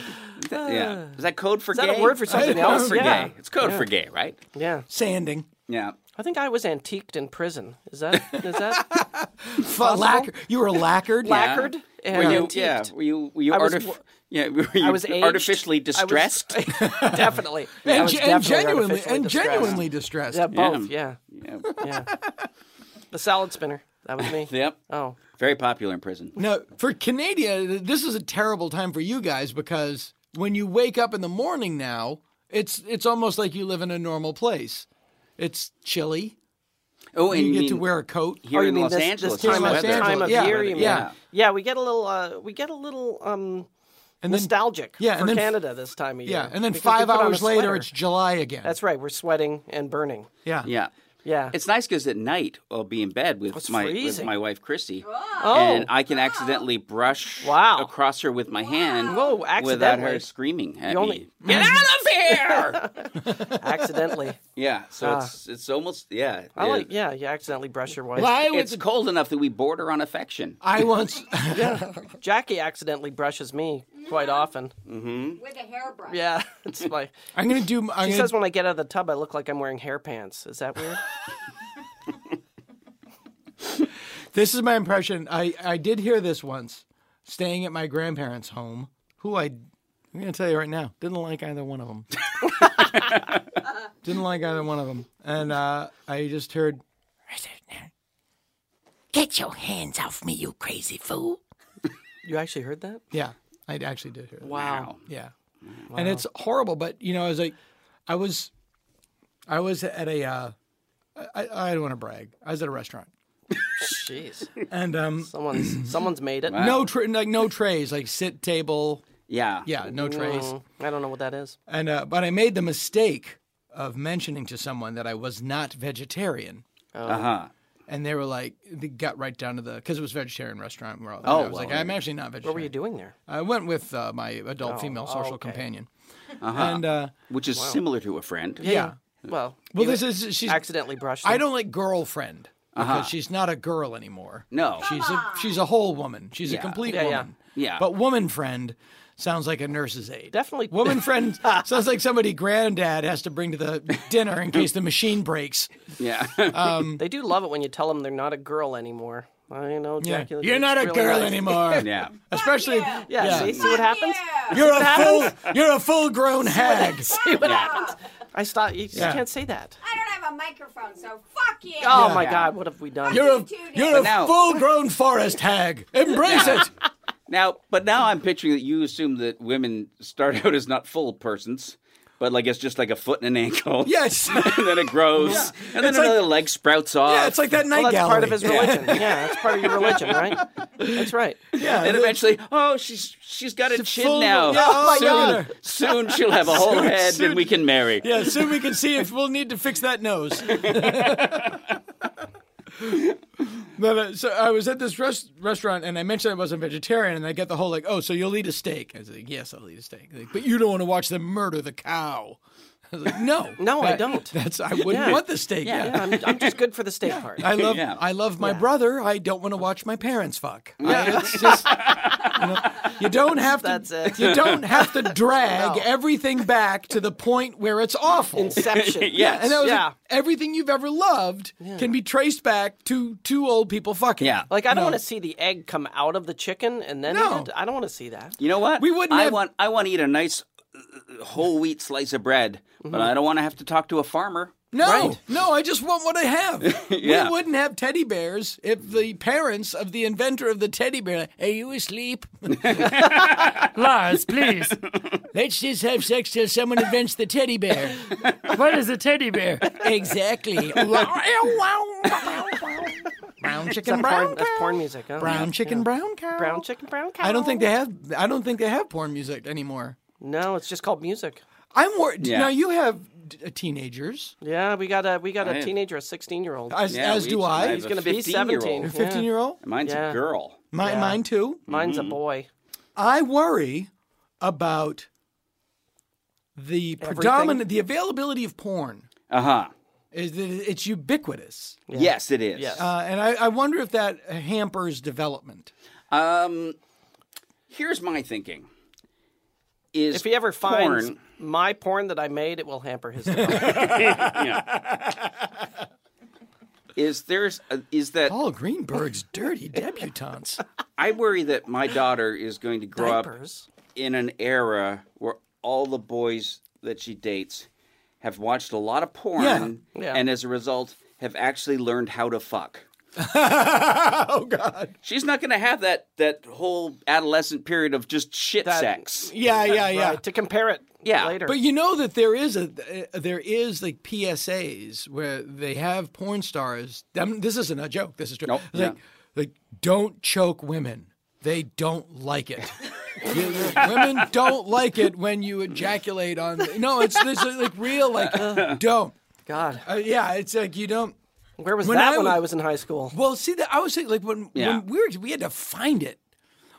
Speaker 1: Yeah. Is that code for
Speaker 2: uh. that
Speaker 1: gay?
Speaker 2: a word for something
Speaker 1: It's code
Speaker 2: else?
Speaker 1: for
Speaker 2: Yeah.
Speaker 1: gay. It's code for gay, right?
Speaker 2: Yeah,
Speaker 7: Sanding,
Speaker 1: Yeah.
Speaker 2: I think I was antiqued in prison. Is that is that
Speaker 7: F- lacquer. You were lacquered.
Speaker 2: lacquered and
Speaker 1: Were you,
Speaker 2: antiqued?
Speaker 1: yeah. Were you, were you,
Speaker 2: I was
Speaker 1: artif-
Speaker 2: w-
Speaker 1: yeah, were you
Speaker 2: I was aged.
Speaker 1: artificially
Speaker 2: I was-
Speaker 1: distressed?
Speaker 2: definitely. I
Speaker 7: And,
Speaker 2: was
Speaker 7: ge- and
Speaker 2: definitely
Speaker 7: genuinely,
Speaker 2: artificially
Speaker 7: and
Speaker 2: distressed.
Speaker 7: genuinely distressed.
Speaker 2: Yeah, both. Yeah.
Speaker 1: Yeah.
Speaker 2: yeah, The salad spinner. That was me.
Speaker 1: Yep.
Speaker 2: Oh,
Speaker 1: Very popular in prison.
Speaker 7: Now, for Canada, this is a terrible time for you guys because when you wake up in the morning now, it's it's almost like you live in a normal place. It's chilly.
Speaker 1: Oh, and
Speaker 7: You get
Speaker 1: mean,
Speaker 7: to wear a coat.
Speaker 1: here
Speaker 2: oh, you
Speaker 1: in
Speaker 2: mean
Speaker 1: Los
Speaker 2: this,
Speaker 1: Angeles.
Speaker 2: this
Speaker 1: it's
Speaker 2: time, of,
Speaker 1: weather.
Speaker 7: Los
Speaker 2: time of
Speaker 7: Angeles.
Speaker 2: year? You mean?
Speaker 7: Yeah.
Speaker 2: yeah. We get a little. Uh, we get a little. Um,
Speaker 7: And then,
Speaker 2: nostalgic
Speaker 7: yeah, and
Speaker 2: for
Speaker 7: then f-
Speaker 2: Canada this time of year.
Speaker 7: yeah, and then
Speaker 2: because we
Speaker 7: five
Speaker 2: put on a
Speaker 7: hours later,
Speaker 2: sweater.
Speaker 7: it's July again.
Speaker 2: That's right. We're sweating and burning.
Speaker 7: yeah.
Speaker 1: Yeah.
Speaker 2: Yeah.
Speaker 1: It's nice because at night I'll be in bed with
Speaker 2: It's
Speaker 1: my with
Speaker 2: freezing.
Speaker 1: my wife Christy, and I can accidentally brush
Speaker 2: Wow.
Speaker 1: across her with my hand
Speaker 2: Whoa,
Speaker 1: without her
Speaker 2: accidentally.
Speaker 1: screaming at
Speaker 2: You only-
Speaker 1: me. Get out of here!
Speaker 2: accidentally.
Speaker 1: yeah, so it's it's almost yeah.
Speaker 2: Ah. I
Speaker 1: it-
Speaker 2: like. Yeah, you accidentally brush your wife.
Speaker 7: Why would
Speaker 1: It's cold enough that we border on affection.
Speaker 7: I once?
Speaker 2: Jackie accidentally brushes me quite often.
Speaker 3: With a hairbrush.
Speaker 2: Yeah, it's my.
Speaker 7: I'm gonna do. I'm
Speaker 2: She
Speaker 7: gonna,
Speaker 2: says when I get out of the tub, I look like I'm wearing hair pants. Is that weird?
Speaker 7: This is my impression. I, I did hear this once, staying at my grandparents' home, who I, I'm going to tell you right now, didn't like either one of them. didn't like either one of them. And uh, I just heard, get your hands off me, you crazy fool.
Speaker 2: You actually heard that?
Speaker 7: Yeah, I actually did hear that.
Speaker 2: Wow.
Speaker 7: Yeah. And it's horrible, but you know, I was like, I was, I was at a, uh, I, I don't want to brag. I was at a restaurant,
Speaker 2: Jeez.
Speaker 7: and um,
Speaker 2: Someone's somene's made it.
Speaker 7: no tra- like no trays, like sit table,
Speaker 1: Yeah.
Speaker 7: yeah, no trays.
Speaker 2: Mm, I don't know what that is.
Speaker 7: And uh, but I made the mistake of mentioning to someone that I was not vegetarian,
Speaker 1: Uh huh.
Speaker 7: and they were like, they got right down to the because it was a vegetarian restaurant. We're all, oh, I was
Speaker 1: well,
Speaker 7: like, I'm actually not vegetarian.
Speaker 2: What were you doing there?
Speaker 7: I went with uh, my adult female
Speaker 2: okay.
Speaker 7: social
Speaker 2: Uh-huh.
Speaker 7: companion, and uh,
Speaker 1: Which is similar to a friend.
Speaker 7: yeah.
Speaker 2: Well,
Speaker 7: Well,
Speaker 2: you
Speaker 7: this is she's.
Speaker 2: accidentally brushed.
Speaker 7: I
Speaker 2: them.
Speaker 7: don't like girlfriend because she's not a girl anymore.
Speaker 1: No.
Speaker 7: She's a she's a whole woman. She's a complete
Speaker 2: Yeah, yeah.
Speaker 7: woman.
Speaker 1: Yeah.
Speaker 7: But woman friend sounds like a nurse's aide.
Speaker 2: Definitely-
Speaker 7: Woman friend sounds like somebody granddad has to bring to the dinner in case the machine breaks.
Speaker 1: Yeah.
Speaker 2: They do love it when you tell them they're not a girl anymore. I know,
Speaker 7: Yeah.
Speaker 2: Jackie.
Speaker 7: You're not a girl anymore.
Speaker 1: yeah.
Speaker 7: Especially
Speaker 2: Yeah,
Speaker 7: Yeah.
Speaker 2: See, see what happens?
Speaker 7: you're a full you're a full grown hag.
Speaker 2: See what happens? I stop. You, you
Speaker 7: Yeah.
Speaker 2: can't say that.
Speaker 8: I don't have a microphone, so fuck you.
Speaker 2: Oh my God, what have we done?
Speaker 7: You're a you're
Speaker 1: But
Speaker 7: a
Speaker 1: now-
Speaker 7: full grown forest hag. Embrace it.
Speaker 1: Now, but now I'm picturing that you assume that women start out as not full persons, but like it's just like a foot and an ankle.
Speaker 7: Yes.
Speaker 1: and then it grows, and then
Speaker 7: It's like-
Speaker 1: another leg sprouts off.
Speaker 7: Yeah, it's like that night
Speaker 2: well, that's
Speaker 7: gallery.
Speaker 2: part of his religion. Yeah. that's part of your religion, right? That's right.
Speaker 7: Yeah,
Speaker 1: And eventually, oh, she's she's got a
Speaker 7: She's
Speaker 1: chin
Speaker 7: full-
Speaker 1: now.
Speaker 7: yeah, oh my
Speaker 1: soon,
Speaker 7: God.
Speaker 1: soon she'll have a whole head,
Speaker 7: soon-
Speaker 1: and we can marry.
Speaker 7: Yeah, soon we can see if we'll need to fix that nose. but, uh, so I was at this rest- restaurant and I mentioned I wasn't vegetarian, and I get the whole like, "Oh, so you'll eat a steak?" I was like, "Yes, I'll eat a steak." Like, but you don't want to watch them murder the cow. I was like, "No,
Speaker 2: No, I
Speaker 7: that-
Speaker 2: don't."
Speaker 7: That's I wouldn't
Speaker 2: Yeah.
Speaker 7: want the steak. Yeah,
Speaker 2: Yeah, I'm, I'm just good for the steak part.
Speaker 7: I love
Speaker 1: Yeah.
Speaker 7: I love my brother. I don't want to watch my parents fuck. I- it's just you, know, you don't have to
Speaker 2: That's it.
Speaker 7: you don't have to drag everything back to the point where it's awful.
Speaker 2: Inception.
Speaker 1: Yes.
Speaker 7: And that was like,
Speaker 2: Yeah.
Speaker 7: everything you've ever loved can be traced back to two old people fucking.
Speaker 1: Yeah.
Speaker 2: Like I don't want to see the egg come out of the chicken and then
Speaker 7: No.
Speaker 2: eat it. I don't want to see that.
Speaker 1: You know what?
Speaker 7: We wouldn't
Speaker 1: I
Speaker 7: have-
Speaker 1: want I want to eat a nice uh, whole wheat slice of bread,
Speaker 7: Mm-hmm.
Speaker 1: but I don't want to have to talk to a farmer.
Speaker 7: No, no, I just want what I have.
Speaker 1: Yeah.
Speaker 7: We wouldn't have teddy bears if the parents of the inventor of the teddy bear, like, are you asleep?
Speaker 9: Lars, please.
Speaker 7: Let's just have sex till someone invents the teddy bear.
Speaker 9: what is a teddy bear?
Speaker 7: exactly. brown chicken, brown
Speaker 2: Porn, that's porn music. Huh?
Speaker 7: Brown chicken, brown cow.
Speaker 2: Brown chicken, brown cow.
Speaker 7: I don't think they have. I don't think they have porn music anymore.
Speaker 2: No, it's just called music.
Speaker 7: I'm worried.
Speaker 1: Yeah.
Speaker 7: Now you have d- uh, teenagers.
Speaker 2: Yeah, we got a we got a
Speaker 1: have-
Speaker 2: teenager, a sixteen year old.
Speaker 7: As,
Speaker 1: Yeah,
Speaker 7: as
Speaker 1: we
Speaker 7: do
Speaker 1: each-
Speaker 7: I.
Speaker 1: have
Speaker 7: He's
Speaker 1: a
Speaker 2: gonna be
Speaker 1: 15-year-old.
Speaker 2: 17.
Speaker 7: a 15 year old.
Speaker 1: Mine's
Speaker 2: Yeah.
Speaker 1: a girl.
Speaker 7: My,
Speaker 2: Yeah.
Speaker 7: Mine too.
Speaker 2: Mine's a boy.
Speaker 7: I worry about the predominant, the availability of porn.
Speaker 1: Uh huh.
Speaker 7: Is that it's ubiquitous,
Speaker 1: Yes, it is.
Speaker 2: Yes.
Speaker 7: uh, and I, I wonder if that hampers development.
Speaker 1: Um, here's my thinking: is
Speaker 2: If he ever finds
Speaker 1: porn,
Speaker 2: my porn that I made, it will hamper his. development.
Speaker 1: is there's a, is that
Speaker 7: Paul Greenberg's dirty debutantes.
Speaker 1: I worry that my daughter is going to grow up
Speaker 2: Diapers.
Speaker 1: in an era where all the boys that she dates have watched a lot of porn,
Speaker 7: Yeah.
Speaker 2: Yeah.
Speaker 1: and as a result, have actually learned how to fuck.
Speaker 7: oh God!
Speaker 1: She's not going to have that that whole adolescent period of just shit
Speaker 2: That-
Speaker 1: sex.
Speaker 7: Yeah, yeah, yeah.
Speaker 2: Right, to compare it
Speaker 1: Yeah,
Speaker 2: later.
Speaker 7: But you know that there is a uh, there is like PSAs where they have porn stars. Them, this isn't a joke. This is true.
Speaker 1: Nope,
Speaker 7: Like,
Speaker 1: yeah.
Speaker 7: like don't choke women. They don't like it. You- women don't like it when you ejaculate on. No, it's this is like real. Like don't.
Speaker 2: God,
Speaker 7: Uh, yeah, it's like you don't.
Speaker 2: where was
Speaker 7: when
Speaker 2: that
Speaker 7: I
Speaker 2: when
Speaker 7: was-
Speaker 2: I was in high school?
Speaker 7: Well, see that I was saying like when
Speaker 1: Yeah.
Speaker 7: when we were we had to find it.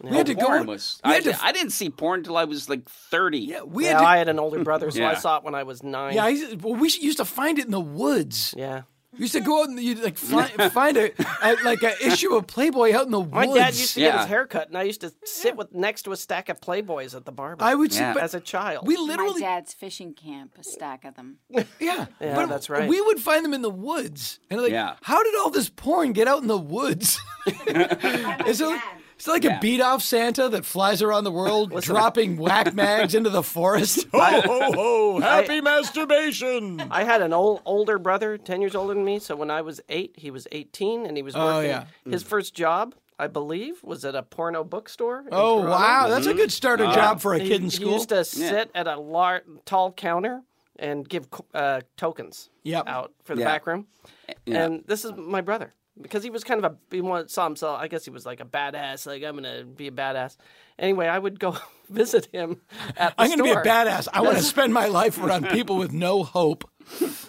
Speaker 7: We had to
Speaker 1: Porn
Speaker 7: go.
Speaker 1: was.
Speaker 7: we
Speaker 1: I,
Speaker 7: had to,
Speaker 1: di- I didn't see porn till I was like thirty.
Speaker 7: yeah, we
Speaker 2: Yeah,
Speaker 7: had to.
Speaker 2: I had an older brother, so I
Speaker 1: Yeah.
Speaker 2: saw it when I was nine.
Speaker 7: yeah, I, well, we used to find it in the woods.
Speaker 2: Yeah.
Speaker 7: You used to go out and you'd like find, find a, a like an issue of Playboy out in the
Speaker 2: My
Speaker 7: woods.
Speaker 2: dad used to get
Speaker 1: Yeah.
Speaker 2: his hair cut, and I used to sit with next to a stack of Playboys at the barber.
Speaker 7: I would
Speaker 1: Yeah.
Speaker 7: say, but
Speaker 2: as a child.
Speaker 7: we
Speaker 3: My
Speaker 7: literally,
Speaker 3: dad's fishing camp, a stack of them.
Speaker 7: yeah,
Speaker 2: Yeah,
Speaker 7: but
Speaker 2: that's right.
Speaker 7: We would find them in the woods, and like,
Speaker 1: Yeah.
Speaker 7: how did all this porn get out in the woods? Is it? Like, is it like a beat off Santa that flies around the world dropping whack mags into the forest?
Speaker 6: Ho ho ho! Happy masturbation.
Speaker 2: I had an old older brother, ten years older than me. So when I was eight, he was eighteen, and he was working.
Speaker 7: Oh, yeah.
Speaker 2: His first job, I believe, was at a porno bookstore. in
Speaker 7: Oh
Speaker 2: Toronto.
Speaker 7: wow, that's a good starter
Speaker 6: Mm-hmm.
Speaker 7: job for a
Speaker 2: He,
Speaker 7: kid in
Speaker 2: he
Speaker 7: school.
Speaker 2: used to sit at a lar- tall counter and give co- uh, tokens
Speaker 7: Yep.
Speaker 2: out for the
Speaker 1: Yeah.
Speaker 2: back room. And this is my brother because he was kind of a he wanted, saw himself. I guess he was like a badass. Like I'm gonna be a badass. Anyway, I would go visit him at the
Speaker 7: I'm going to be a
Speaker 2: store.
Speaker 7: badass. I want to spend my life around people with no hope.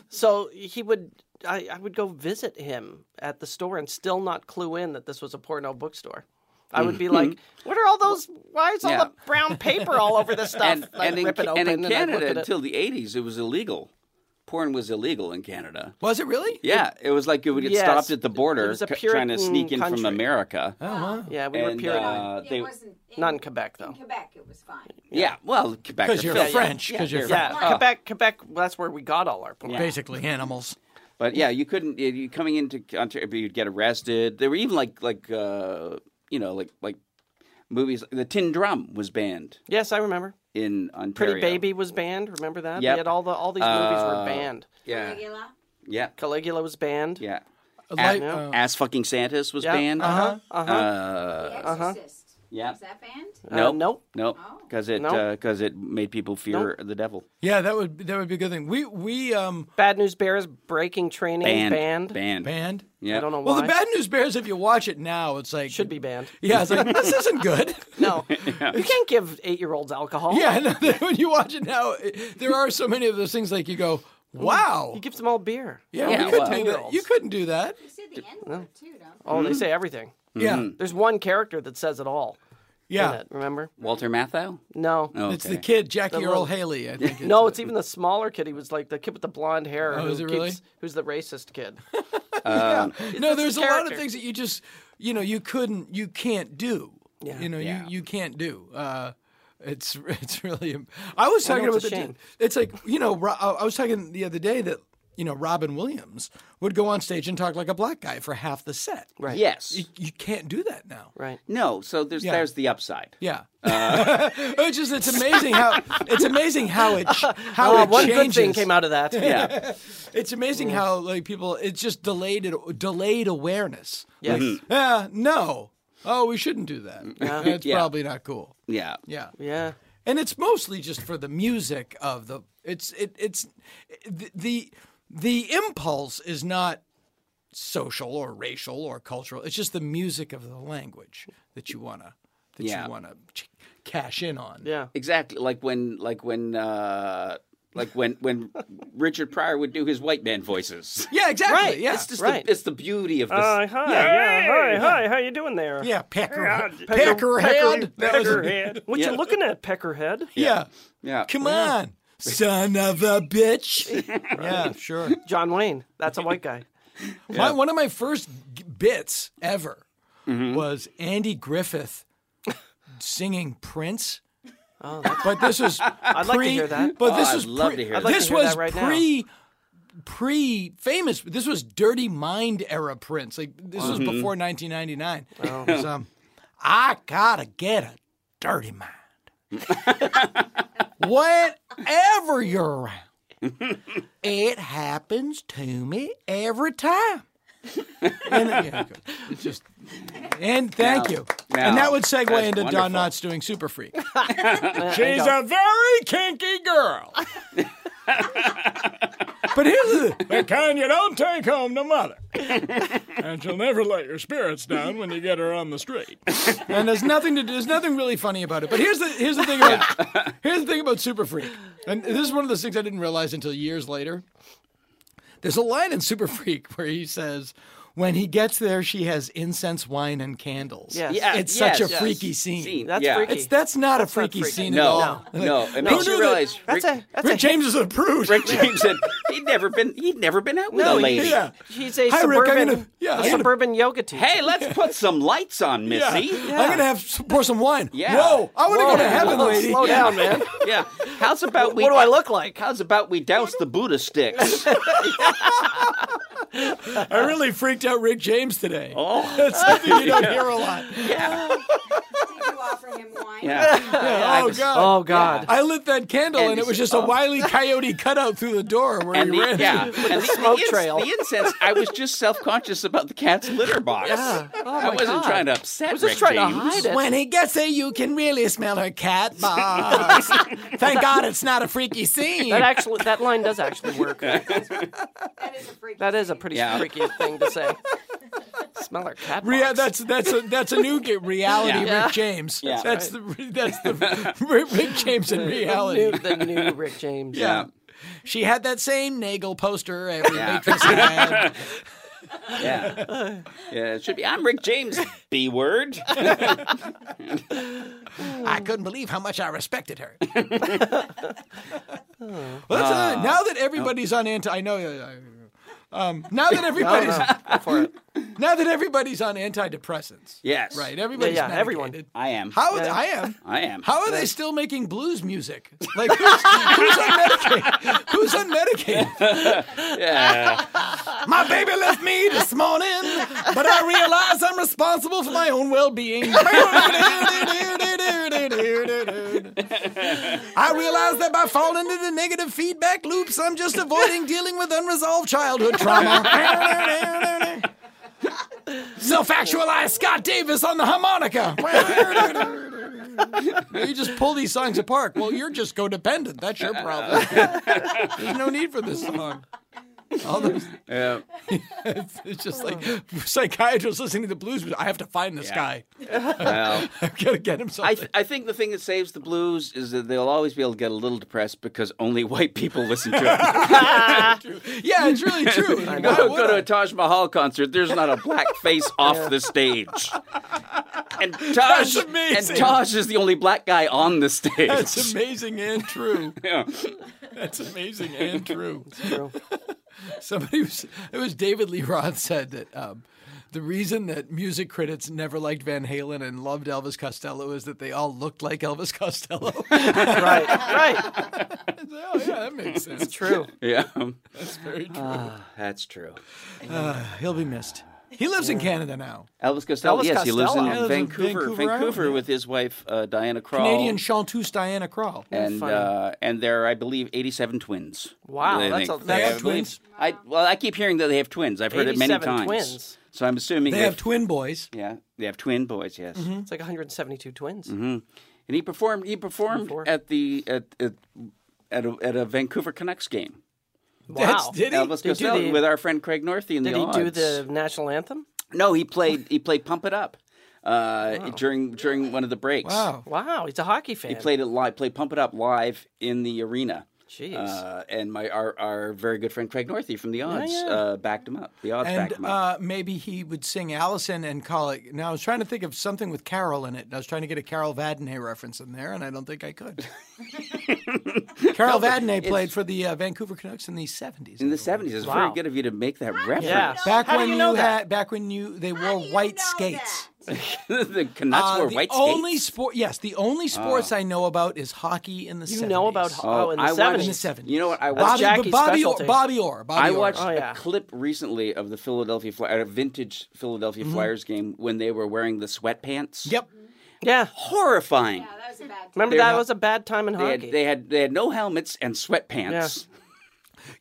Speaker 2: So he would, I, I would go visit him at the store and still not clue in that this was a porno bookstore. I would be like, "What are all those? Why is all
Speaker 1: Mm-hmm. Yeah.
Speaker 2: the brown paper all over this stuff?"
Speaker 1: and,
Speaker 2: I'd
Speaker 1: and, in,
Speaker 2: rip it
Speaker 1: Ca-
Speaker 2: open
Speaker 1: and in
Speaker 2: I'd look
Speaker 1: Canada
Speaker 2: at it.
Speaker 1: until the 80s, it was illegal. Porn was illegal in Canada.
Speaker 7: Was it really?
Speaker 1: Yeah, it was like it would get
Speaker 2: Yes,
Speaker 1: stopped at the
Speaker 2: it
Speaker 1: border
Speaker 2: was a
Speaker 1: c- trying to
Speaker 2: Puritan
Speaker 1: sneak in from
Speaker 2: country.
Speaker 1: America.
Speaker 2: yeah, we were
Speaker 1: and
Speaker 2: Puritan.
Speaker 1: uh,
Speaker 8: It
Speaker 1: they,
Speaker 8: wasn't in,
Speaker 2: not in Quebec though.
Speaker 8: in Quebec. It was fine.
Speaker 1: yeah, well, Quebec
Speaker 7: Because
Speaker 1: or
Speaker 7: you're
Speaker 1: Philly.
Speaker 7: French. Because you're
Speaker 2: Yeah,
Speaker 7: French.
Speaker 2: Quebec, Quebec. That's where we got all our porn.
Speaker 7: Basically animals.
Speaker 1: But yeah, you couldn't. You you- coming into Ontario, you'd get arrested. There were even like like uh, you know like like movies. The Tin Drum was banned
Speaker 2: Yes, I remember.
Speaker 1: in Ontario.
Speaker 2: Pretty Baby was banned. Remember that?
Speaker 1: Yep.
Speaker 2: We had all the all these movies
Speaker 1: Uh,
Speaker 2: were banned.
Speaker 1: Yeah,
Speaker 8: Caligula.
Speaker 1: yeah,
Speaker 2: Caligula was banned.
Speaker 1: yeah.
Speaker 7: Like,
Speaker 1: At-
Speaker 7: uh,
Speaker 1: Ass fucking Santas was
Speaker 2: Yeah,
Speaker 1: banned.
Speaker 2: Uh-huh. Uh-huh.
Speaker 1: Uh,
Speaker 8: The Exorcist.
Speaker 1: yeah.
Speaker 8: Is that banned?
Speaker 2: Uh,
Speaker 1: Nope.
Speaker 2: nope.
Speaker 1: Nope. Because it
Speaker 2: Nope.
Speaker 1: because it made people fear the devil.
Speaker 7: yeah, that would that would be a good thing. We we um
Speaker 2: Bad News Bears breaking training
Speaker 1: Banned.
Speaker 2: banned.
Speaker 1: Banned.
Speaker 7: banned.
Speaker 1: Yeah.
Speaker 2: I don't know why.
Speaker 7: Well, the bad news bears if you watch it now, it's like
Speaker 2: should be banned.
Speaker 7: Yeah, it's like this isn't good.
Speaker 2: No, you can't give eight-year-olds alcohol.
Speaker 7: Yeah, no, when you watch it now, it- there are so many of those things like you go, wow.
Speaker 2: He gives them all beer.
Speaker 7: yeah,
Speaker 1: Yeah,
Speaker 7: we could
Speaker 1: well-
Speaker 7: do that. You couldn't do that.
Speaker 8: You said the N word too, don't
Speaker 2: Oh,
Speaker 7: Mm-hmm.
Speaker 2: they say everything.
Speaker 7: Yeah,
Speaker 2: There's one character that says it all.
Speaker 7: yeah.
Speaker 2: In Mm-hmm. it, remember?
Speaker 1: Walter Mathau.
Speaker 2: No.
Speaker 1: Oh,
Speaker 7: It's the
Speaker 1: okay.
Speaker 7: kid Jackie
Speaker 2: The
Speaker 7: Earl
Speaker 2: little-
Speaker 7: Haley. I think.
Speaker 2: No, it's even the smaller kid. He was like the kid with the blonde hair.
Speaker 7: Oh,
Speaker 2: who
Speaker 7: is it really?
Speaker 2: keeps- Who's the racist kid?
Speaker 7: no, there's a lot of
Speaker 2: character.
Speaker 7: things that you just, you know, you couldn't, you can't do.
Speaker 2: Yeah.
Speaker 7: You know,
Speaker 1: Yeah.
Speaker 7: you you can't do. Uh, it's it's really. I was talking
Speaker 2: know,
Speaker 7: about
Speaker 2: it's a
Speaker 7: the.
Speaker 2: shame.
Speaker 7: It's like you know, Ro- I I was talking the other day that you know Robin Williams would go on stage and talk like a black guy for half the set. Right.
Speaker 1: Yes.
Speaker 7: You, you can't do that now.
Speaker 2: Right.
Speaker 1: No. So there's
Speaker 7: Yeah.
Speaker 1: there's the upside.
Speaker 7: Yeah.
Speaker 2: Uh.
Speaker 7: it's just it's amazing how it's amazing how it ch- how
Speaker 2: Oh,
Speaker 7: it
Speaker 2: one
Speaker 7: changes.
Speaker 2: good thing came out of that.
Speaker 1: Yeah.
Speaker 7: It's amazing how like people it's just delayed it- delayed awareness.
Speaker 2: Yes.
Speaker 7: Yeah, no. Oh, we shouldn't do that. It's
Speaker 1: Mm-hmm. Yeah.
Speaker 7: probably not cool.
Speaker 1: yeah.
Speaker 7: Yeah.
Speaker 2: Yeah.
Speaker 7: And it's mostly just for the music of the it's it it's the the, the impulse is not social or racial or cultural. It's just the music of the language that you want to that
Speaker 1: Yeah.
Speaker 7: you want to ch- cash in on.
Speaker 2: Yeah.
Speaker 1: Exactly. Like when like when uh like when when Richard Pryor would do his white man voices.
Speaker 7: Yeah, exactly.
Speaker 2: Right.
Speaker 7: Yeah.
Speaker 1: It's just
Speaker 2: Right.
Speaker 1: the, it's the beauty of this.
Speaker 2: Hi, hi, yeah, hi, hi. How you doing there?
Speaker 7: Yeah, Pecker, Peckerhead. That was-
Speaker 2: Peckerhead. What
Speaker 1: Yeah.
Speaker 2: you looking at, Peckerhead?
Speaker 7: yeah.
Speaker 1: yeah.
Speaker 7: Come on, son of a bitch. yeah, sure.
Speaker 2: John Wayne. That's a white guy.
Speaker 7: My, one of my first g- bits ever
Speaker 2: Mm-hmm.
Speaker 7: was Andy Griffith singing Prince. but this was I'd
Speaker 2: Oh, like to hear that.
Speaker 7: But this
Speaker 1: Oh, I'd
Speaker 7: was
Speaker 1: love
Speaker 7: pre-
Speaker 1: to hear
Speaker 2: I'd like
Speaker 7: this
Speaker 2: to hear
Speaker 7: was
Speaker 2: that right now.
Speaker 7: pre pre famous. This was Dirty Mind era Prince. Like this was
Speaker 2: Mm-hmm.
Speaker 7: before 1999. It was, um, I gotta get a dirty mind. Whenever you're around, it happens to me every time. and, yeah, good. It's just, and thank
Speaker 1: Now-
Speaker 7: you. and that would
Speaker 1: now,
Speaker 7: segue
Speaker 1: that's
Speaker 7: into
Speaker 1: wonderful.
Speaker 7: Don Knotts doing Super Freak.
Speaker 6: She's a very kinky girl.
Speaker 7: But here's the
Speaker 6: The kind you don't take home to mother. and she'll never let your spirits down when you get her on the street.
Speaker 7: and there's nothing to there's nothing really funny about it. But here's the here's the thing about here's the thing about Super Freak, and this is one of those things I didn't realize until years later. There's a line in Super Freak where he says, "When he gets there, she has incense, wine, and candles."
Speaker 2: Yes.
Speaker 1: Yeah,
Speaker 7: it's
Speaker 1: yes,
Speaker 7: such a
Speaker 1: yes.
Speaker 7: freaky scene.
Speaker 2: That's
Speaker 1: yeah.
Speaker 2: freaky.
Speaker 7: It's that's not a
Speaker 2: not
Speaker 7: freaky,
Speaker 2: freaky.
Speaker 7: scene at
Speaker 1: No,
Speaker 7: all.
Speaker 1: no, It
Speaker 7: Who
Speaker 1: makes
Speaker 7: knew
Speaker 1: you
Speaker 7: that-
Speaker 1: realize. Rick,
Speaker 2: That's a that's
Speaker 7: Rick
Speaker 2: a
Speaker 7: James is a prude.
Speaker 1: Rick James said, He'd never been. He'd never been out with
Speaker 2: No,
Speaker 1: a lady.
Speaker 2: he's,
Speaker 7: Yeah.
Speaker 2: he's a
Speaker 7: Hi, Rick, I'm
Speaker 2: suburban,
Speaker 7: gonna- yeah, I'm gonna-
Speaker 2: suburban yoga teacher.
Speaker 1: Hey, let's put some lights on, Missy.
Speaker 7: I'm gonna have s- pour some wine.
Speaker 1: Yeah.
Speaker 7: Whoa! I want to
Speaker 2: Whoa,
Speaker 7: go to heaven,
Speaker 2: whoa,
Speaker 7: lady.
Speaker 2: Slow down, man.
Speaker 1: Yeah. How's about we?
Speaker 2: What do I look like?
Speaker 1: How's about we douse the Buddha sticks?
Speaker 7: I really freaked out Rick James today.
Speaker 1: oh,
Speaker 7: That's something you don't hear a lot.
Speaker 1: yeah.
Speaker 8: Did you offer him wine?
Speaker 1: yeah.
Speaker 7: Yeah, oh God.
Speaker 2: Oh God.
Speaker 7: I lit that candle
Speaker 1: And
Speaker 7: and, it was
Speaker 1: it's-
Speaker 7: just a wily coyote cutout through the door where
Speaker 1: And
Speaker 7: he
Speaker 1: the,
Speaker 7: ran.
Speaker 1: yeah, and the,
Speaker 2: smoke
Speaker 1: the ins-
Speaker 2: trail.
Speaker 1: the incense. I was just self-conscious about the cat's litter box. I wasn't trying to upset.
Speaker 2: Oh, I was just
Speaker 1: Rick
Speaker 2: trying to
Speaker 1: James.
Speaker 2: hide it.
Speaker 7: he gets there, you can really smell her cat box. Thank God it's not a freaky scene.
Speaker 2: that actually, that line does actually work.
Speaker 8: That is a freaky.
Speaker 2: That is a pretty
Speaker 1: Yeah.
Speaker 2: freaky thing to say. Smell her cat.
Speaker 7: Rea-
Speaker 2: box.
Speaker 7: that's that's a that's a new ga- reality,
Speaker 1: Yeah.
Speaker 7: Rick James.
Speaker 1: Yeah.
Speaker 7: That's the that's the Rick Rick James in reality.
Speaker 2: New- the new Rick James.
Speaker 1: Yeah.
Speaker 7: She had that same Nagel poster every waitress
Speaker 1: Yeah.
Speaker 7: had.
Speaker 1: Yeah, it should be. I'm Rick James, B word.
Speaker 2: Mm.
Speaker 7: I couldn't believe how much I respected her. well, that's another- now
Speaker 2: Ah.
Speaker 7: that everybody's on anti, I know. uh, Um, now that
Speaker 2: Oh,
Speaker 7: everybody's
Speaker 2: no. Go for it.
Speaker 7: now that everybody's on antidepressants,
Speaker 1: Yes.
Speaker 7: right? Everybody's
Speaker 2: yeah, everyone.
Speaker 7: medicated.
Speaker 1: I am.
Speaker 7: How I am.
Speaker 1: I am.
Speaker 7: How are they still making blues music? Like who's, who's unmedicated? Who's unmedicated?
Speaker 1: Yeah.
Speaker 7: My baby left me this morning, but I realize I'm responsible for my own well-being. I realize that by falling into the negative feedback loops, I'm just avoiding dealing with unresolved childhood trauma. Self-actualize Scott Davis on the harmonica. You just pull these songs apart. Well, you're just codependent. That's your problem. There's no need for this song. All those,
Speaker 1: Yeah.
Speaker 7: it's just like psychiatrists listening to the blues. But I have to find this
Speaker 1: Yeah.
Speaker 7: guy.
Speaker 1: Well,
Speaker 7: I've got to get him
Speaker 1: I,
Speaker 7: something.
Speaker 1: th- I think the thing that saves the blues is that they'll always be able to get a little depressed because only white people listen to it.
Speaker 7: yeah, it's really true. Why
Speaker 1: go,
Speaker 7: would
Speaker 1: go to
Speaker 7: I?
Speaker 1: a Taj Mahal concert, there's not a black face off the stage. And Taj, and
Speaker 7: amazing.
Speaker 1: Taj is the only black guy on the stage.
Speaker 7: That's amazing and true.
Speaker 1: Yeah.
Speaker 7: That's amazing and true.
Speaker 2: True.
Speaker 7: Somebody was it was David Lee Roth said that um, the reason that music critics never liked Van Halen and loved Elvis Costello is that they all looked like Elvis Costello.
Speaker 2: Right. Right.
Speaker 7: oh yeah, that makes sense.
Speaker 2: True.
Speaker 1: Yeah. Ah,
Speaker 7: That's very true.
Speaker 1: That's true.
Speaker 7: He'll be missed. He lives in Canada now.
Speaker 1: Elvis Costello.
Speaker 2: Elvis
Speaker 1: yes, he lives in,
Speaker 2: Costello.
Speaker 1: in
Speaker 7: Yeah, lives in
Speaker 1: Vancouver,
Speaker 7: Vancouver
Speaker 1: Vancouver,
Speaker 7: Island, yeah.
Speaker 1: with his wife uh, Diana Krall.
Speaker 7: Canadian chanteuse Diana Krall.
Speaker 1: and uh, and there are, I believe, eighty-seven twins.
Speaker 2: Wow,
Speaker 1: I
Speaker 2: that's
Speaker 1: think.
Speaker 2: a-
Speaker 1: They
Speaker 2: that's
Speaker 1: have
Speaker 7: twins.
Speaker 1: I well, I keep hearing that they have twins. I've heard it many
Speaker 2: 87
Speaker 1: times.
Speaker 2: twins.
Speaker 1: So I'm assuming
Speaker 7: They have twin boys.
Speaker 1: yeah, they have twin boys. Yes,
Speaker 2: It's like 172 twins.
Speaker 1: and he performed. He performed
Speaker 2: Before.
Speaker 1: at the at at at a, at a Vancouver Canucks game.
Speaker 2: Wow.
Speaker 7: That's, did he?
Speaker 1: Elvis Costello
Speaker 2: the-
Speaker 1: with our friend Craig Northey in
Speaker 2: Did
Speaker 1: the
Speaker 2: he do
Speaker 1: odds.
Speaker 2: the national anthem?
Speaker 1: No, he played. He played "Pump It Up" uh, during during one of the breaks.
Speaker 7: Wow.
Speaker 2: Wow, he's a hockey fan.
Speaker 1: He played it live. Played "Pump It Up" live in the arena.
Speaker 2: Jeez.
Speaker 1: Uh, and my our, our very good friend Craig Northey from the odds
Speaker 2: yeah.
Speaker 1: Uh, backed him up. The odds backed him
Speaker 7: And
Speaker 1: up.
Speaker 7: uh, maybe he would sing Allison and call it. Now I was trying to think of something with Carol in it. and I was trying to get a Carol Vadney reference in there, and I don't think I could. Carol Vadney played for the uh, Vancouver Canucks in the seventies.
Speaker 1: in the seventies. It's
Speaker 2: Wow.
Speaker 1: very good of you to make that reference.
Speaker 2: Yeah.
Speaker 7: Back
Speaker 2: How do
Speaker 7: when
Speaker 2: you know that?
Speaker 7: had, back when you they wore
Speaker 8: You
Speaker 7: white
Speaker 8: know
Speaker 7: skates.
Speaker 8: that.
Speaker 1: the Canucks
Speaker 7: Uh,
Speaker 1: were
Speaker 7: the
Speaker 1: white skates. Oh.
Speaker 7: only sport, yes, the only sports I know about is hockey in the
Speaker 2: you
Speaker 7: 70s.
Speaker 2: know about ho- oh, in the
Speaker 1: I watched-
Speaker 2: 70s.
Speaker 7: in the seventies.
Speaker 1: You know what? I
Speaker 7: Bobby,
Speaker 1: watched.
Speaker 2: Jackie's
Speaker 7: Bobby, Orr,
Speaker 2: specialty.
Speaker 7: Bobby Orr. Bobby
Speaker 1: I
Speaker 7: Orr.
Speaker 1: watched
Speaker 2: Oh, yeah.
Speaker 1: a clip recently of the Philadelphia Fly, a vintage Philadelphia
Speaker 2: Mm-hmm.
Speaker 1: Flyers game when they were wearing the sweatpants.
Speaker 7: Yep.
Speaker 2: yeah.
Speaker 1: horrifying.
Speaker 8: Yeah, that was a bad.
Speaker 2: Remember
Speaker 1: They're
Speaker 2: that
Speaker 1: not-
Speaker 2: was a bad time in
Speaker 1: They
Speaker 2: hockey.
Speaker 1: had, they had they had no helmets and sweatpants.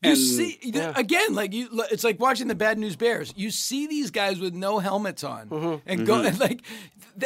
Speaker 7: You see th- again, like you, li- it's like watching the Bad News Bears. You see these guys with no helmets on,
Speaker 2: Mm-hmm.
Speaker 7: and go
Speaker 1: Mm-hmm.
Speaker 7: and like th-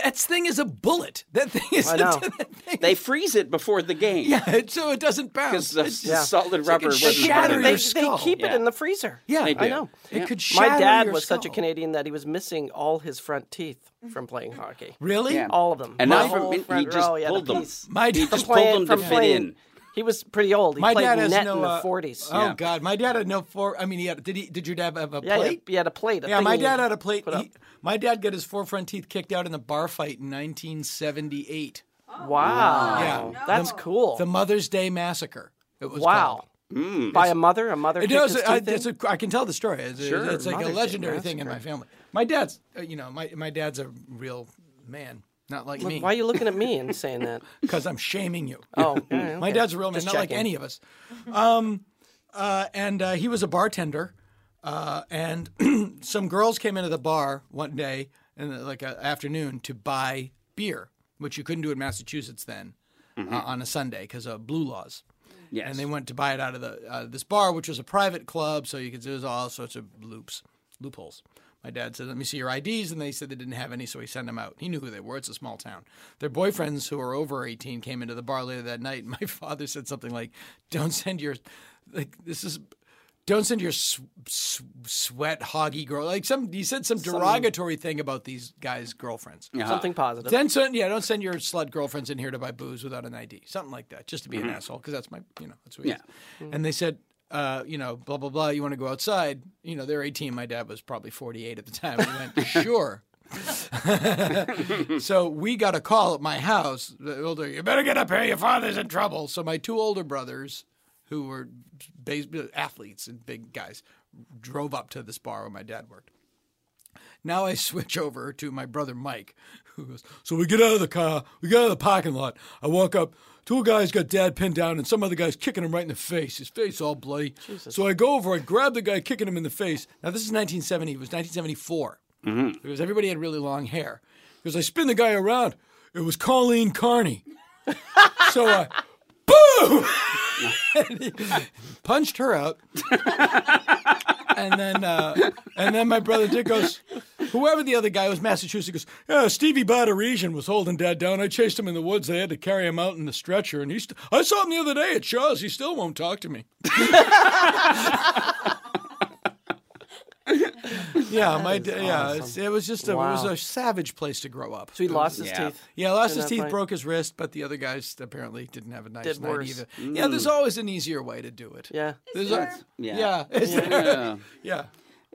Speaker 7: that thing is a bullet. That thing is.
Speaker 2: I know.
Speaker 7: that thing-
Speaker 1: They freeze it before the game.
Speaker 7: yeah, it- so it doesn't
Speaker 1: Because
Speaker 7: bounce.
Speaker 1: the
Speaker 7: It's-
Speaker 1: the solid
Speaker 7: like
Speaker 1: rubber
Speaker 7: it
Speaker 1: wasn't
Speaker 7: shatters
Speaker 1: burning.
Speaker 7: your
Speaker 2: they,
Speaker 7: skull.
Speaker 2: they keep it
Speaker 1: Yeah.
Speaker 2: in the freezer.
Speaker 7: yeah,
Speaker 1: They
Speaker 7: I
Speaker 1: do.
Speaker 7: know.
Speaker 1: Yeah.
Speaker 7: It could shatter
Speaker 2: My dad
Speaker 7: your
Speaker 2: was such a
Speaker 7: skull.
Speaker 2: Canadian that he was missing all his front teeth from playing hockey.
Speaker 7: Really?
Speaker 1: Yeah.
Speaker 2: All of them.
Speaker 1: And
Speaker 2: The
Speaker 1: not
Speaker 2: whole
Speaker 1: from- he
Speaker 2: front
Speaker 1: just
Speaker 2: row, yeah, the
Speaker 1: pulled them.
Speaker 2: piece.
Speaker 7: My
Speaker 1: He
Speaker 7: dad
Speaker 1: just
Speaker 2: From playing-
Speaker 1: pulled them
Speaker 2: from
Speaker 1: to fit
Speaker 2: playing-
Speaker 1: in.
Speaker 2: He was pretty old. He
Speaker 7: My
Speaker 2: played
Speaker 7: dad has
Speaker 2: net
Speaker 7: no.
Speaker 2: in the
Speaker 7: uh,
Speaker 2: 40s.
Speaker 7: Oh
Speaker 1: Yeah.
Speaker 7: God, my dad had no four. I mean, he had. Did he? Did your dad have a
Speaker 2: yeah, he had,
Speaker 7: plate?
Speaker 2: a- he had a plate. a
Speaker 7: Yeah, my
Speaker 2: thingy.
Speaker 7: dad had a plate.
Speaker 2: put up.
Speaker 7: he- my dad got his four front teeth kicked out in the bar fight in 1978.
Speaker 2: Wow.
Speaker 7: Yeah.
Speaker 2: Oh, That's cool.
Speaker 7: The Mother's Day Massacre. It was
Speaker 2: wow.
Speaker 7: called.
Speaker 2: by a mother. A mother.
Speaker 7: Mm. It
Speaker 2: kicked
Speaker 7: does.
Speaker 2: his
Speaker 7: I,
Speaker 2: tooth in?
Speaker 7: it's a, I can tell the story. It's,
Speaker 1: Sure,
Speaker 7: it's like a
Speaker 2: Mother's Day
Speaker 7: legendary thing in my
Speaker 2: massacre.
Speaker 7: family. My dad's, uh, you know, my, my dad's a real man, not like me,
Speaker 2: Why are you looking at me and saying that?
Speaker 7: because I'm shaming you.
Speaker 2: Oh, all right,
Speaker 7: My
Speaker 2: okay.
Speaker 7: dad's a real man,
Speaker 2: Just
Speaker 7: not like
Speaker 2: checking.
Speaker 7: any of us. Um, uh, and uh, he was a bartender, uh, and some girls came into the bar one day in uh, like an afternoon to buy beer, which you couldn't do in Massachusetts then
Speaker 2: Mm-hmm.
Speaker 7: uh, on a Sunday because of blue laws.
Speaker 1: Yes.
Speaker 7: And they went to buy it out of the uh, this bar, which was a private club, so you could there was all sorts of loops, loopholes. My dad said, "Let me see your IDs," and they said they didn't have any, so he sent them out. He knew who they were. It's a small town. Their boyfriends, who were over eighteen, came into the bar later that night. And my father said something like, "Don't send your, like this is." Don't send your sw- sw- sweat hoggy girl. Like some, he said some derogatory thing about these guys' girlfriends.
Speaker 2: Something positive.
Speaker 7: Then send, yeah, don't send your slut girlfriends in here to buy booze without an ID, something like that, just to be an asshole, because that's my, you know, that's what. Yeah. And they said, uh, you know, blah blah blah. You want to go outside? You know, they're 18. My dad was probably 48 at the time. We went, sure. so we got a call at my house. The older, you better get up here. Your father's in trouble. So my two older brothers, who were base, athletes and big guys, drove up to this bar where my dad worked. Now I switch over to my brother Mike, who goes, So we get out of the car, we get out of the parking lot. I walk up, two guys got dad pinned down, and some other guy's kicking him right in the face, his face all bloody. So I go over, I grab the guy kicking him in the face. Now this is 1970, it was 1974, because everybody had really long hair. Because I spin the guy around, it was Colleen Carney. so I, boom! punched her out. and then uh, and then my brother Dick goes, whoever the other guy was, Massachusetts goes, yeah, Stevie Batteresian was holding dad down. I chased him in the woods. They had to carry him out in the stretcher. And he, st- I saw him the other day at Shaw's. He still won't talk to me. yeah, my da- yeah, it's, it was just a, it was
Speaker 2: Wow.
Speaker 7: a savage place to grow up.
Speaker 2: so he lost his
Speaker 1: Yeah.
Speaker 2: teeth.
Speaker 7: Yeah, lost his
Speaker 2: that
Speaker 7: teeth,
Speaker 2: fight.
Speaker 7: broke his wrist, but the other guys apparently didn't have a nice
Speaker 2: Did
Speaker 7: night
Speaker 2: worse.
Speaker 7: either. Yeah, there's always an easier way to do it.
Speaker 2: Yeah.
Speaker 7: There's a-
Speaker 1: Yeah.
Speaker 7: yeah. is there-
Speaker 1: Yeah.
Speaker 7: yeah.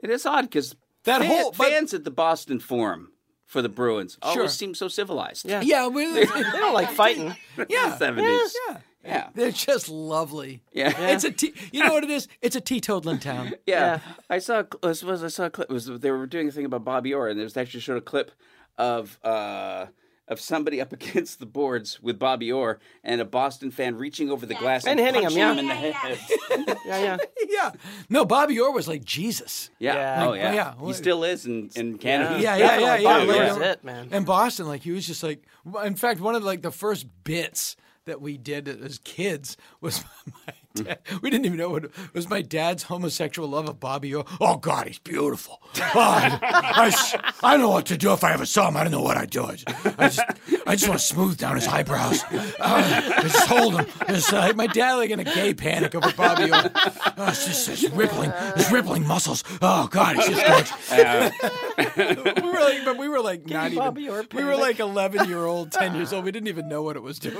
Speaker 1: It is odd because
Speaker 7: That
Speaker 1: that
Speaker 7: whole-
Speaker 1: whole
Speaker 7: but-
Speaker 1: fans at the Boston Forum for the Bruins
Speaker 7: Sure.
Speaker 1: always seem so civilized.
Speaker 2: Yeah.
Speaker 7: Yeah, we-
Speaker 2: They don't like fighting.
Speaker 7: yeah,
Speaker 1: seventies.
Speaker 7: yeah,
Speaker 1: Yeah.
Speaker 7: They're just lovely.
Speaker 1: Yeah. Yeah.
Speaker 7: It's a te- you know what it is? It's a teetotaling town.
Speaker 1: Yeah. I saw. a cl- I suppose I saw a clip. It was they were doing a thing about Bobby Orr, and there was actually showed a clip of uh, of somebody up against the boards with Bobby Orr and a Boston fan reaching over the glass
Speaker 2: And
Speaker 1: and,
Speaker 2: hitting him,
Speaker 1: punching
Speaker 2: yeah.
Speaker 1: him in the
Speaker 8: Yeah,
Speaker 1: head.
Speaker 2: Yeah, yeah.
Speaker 7: yeah. No, Bobby Orr was like Jesus.
Speaker 1: Yeah.
Speaker 2: Yeah.
Speaker 1: Oh yeah.
Speaker 7: Yeah.
Speaker 1: He still is in, in Canada.
Speaker 7: Yeah, yeah, yeah,
Speaker 2: Definitely
Speaker 7: yeah.
Speaker 2: Bobby
Speaker 7: yeah.
Speaker 2: Orr's it, man.
Speaker 7: In Boston, like he was just like. In fact, one of like the first bits that we did as kids was my dad. We didn't even know what it was. My dad's homosexual love of Bobby Orr. Oh God, he's beautiful. Oh, I, I s- I don't know what to do if I ever saw him. I don't know what I'd do. I just, I just, I just want to smooth down his eyebrows. Uh, I just hold him. Just, uh, my dad like in a gay panic over Bobby Orr. Oh, it's just his rippling, his rippling muscles. Oh God, he's just gorgeous we were like, but we were like not
Speaker 2: Bobby
Speaker 7: even.
Speaker 2: Orr
Speaker 7: We were
Speaker 2: panic.
Speaker 7: like eleven year old, ten years old. We didn't even know what it was doing.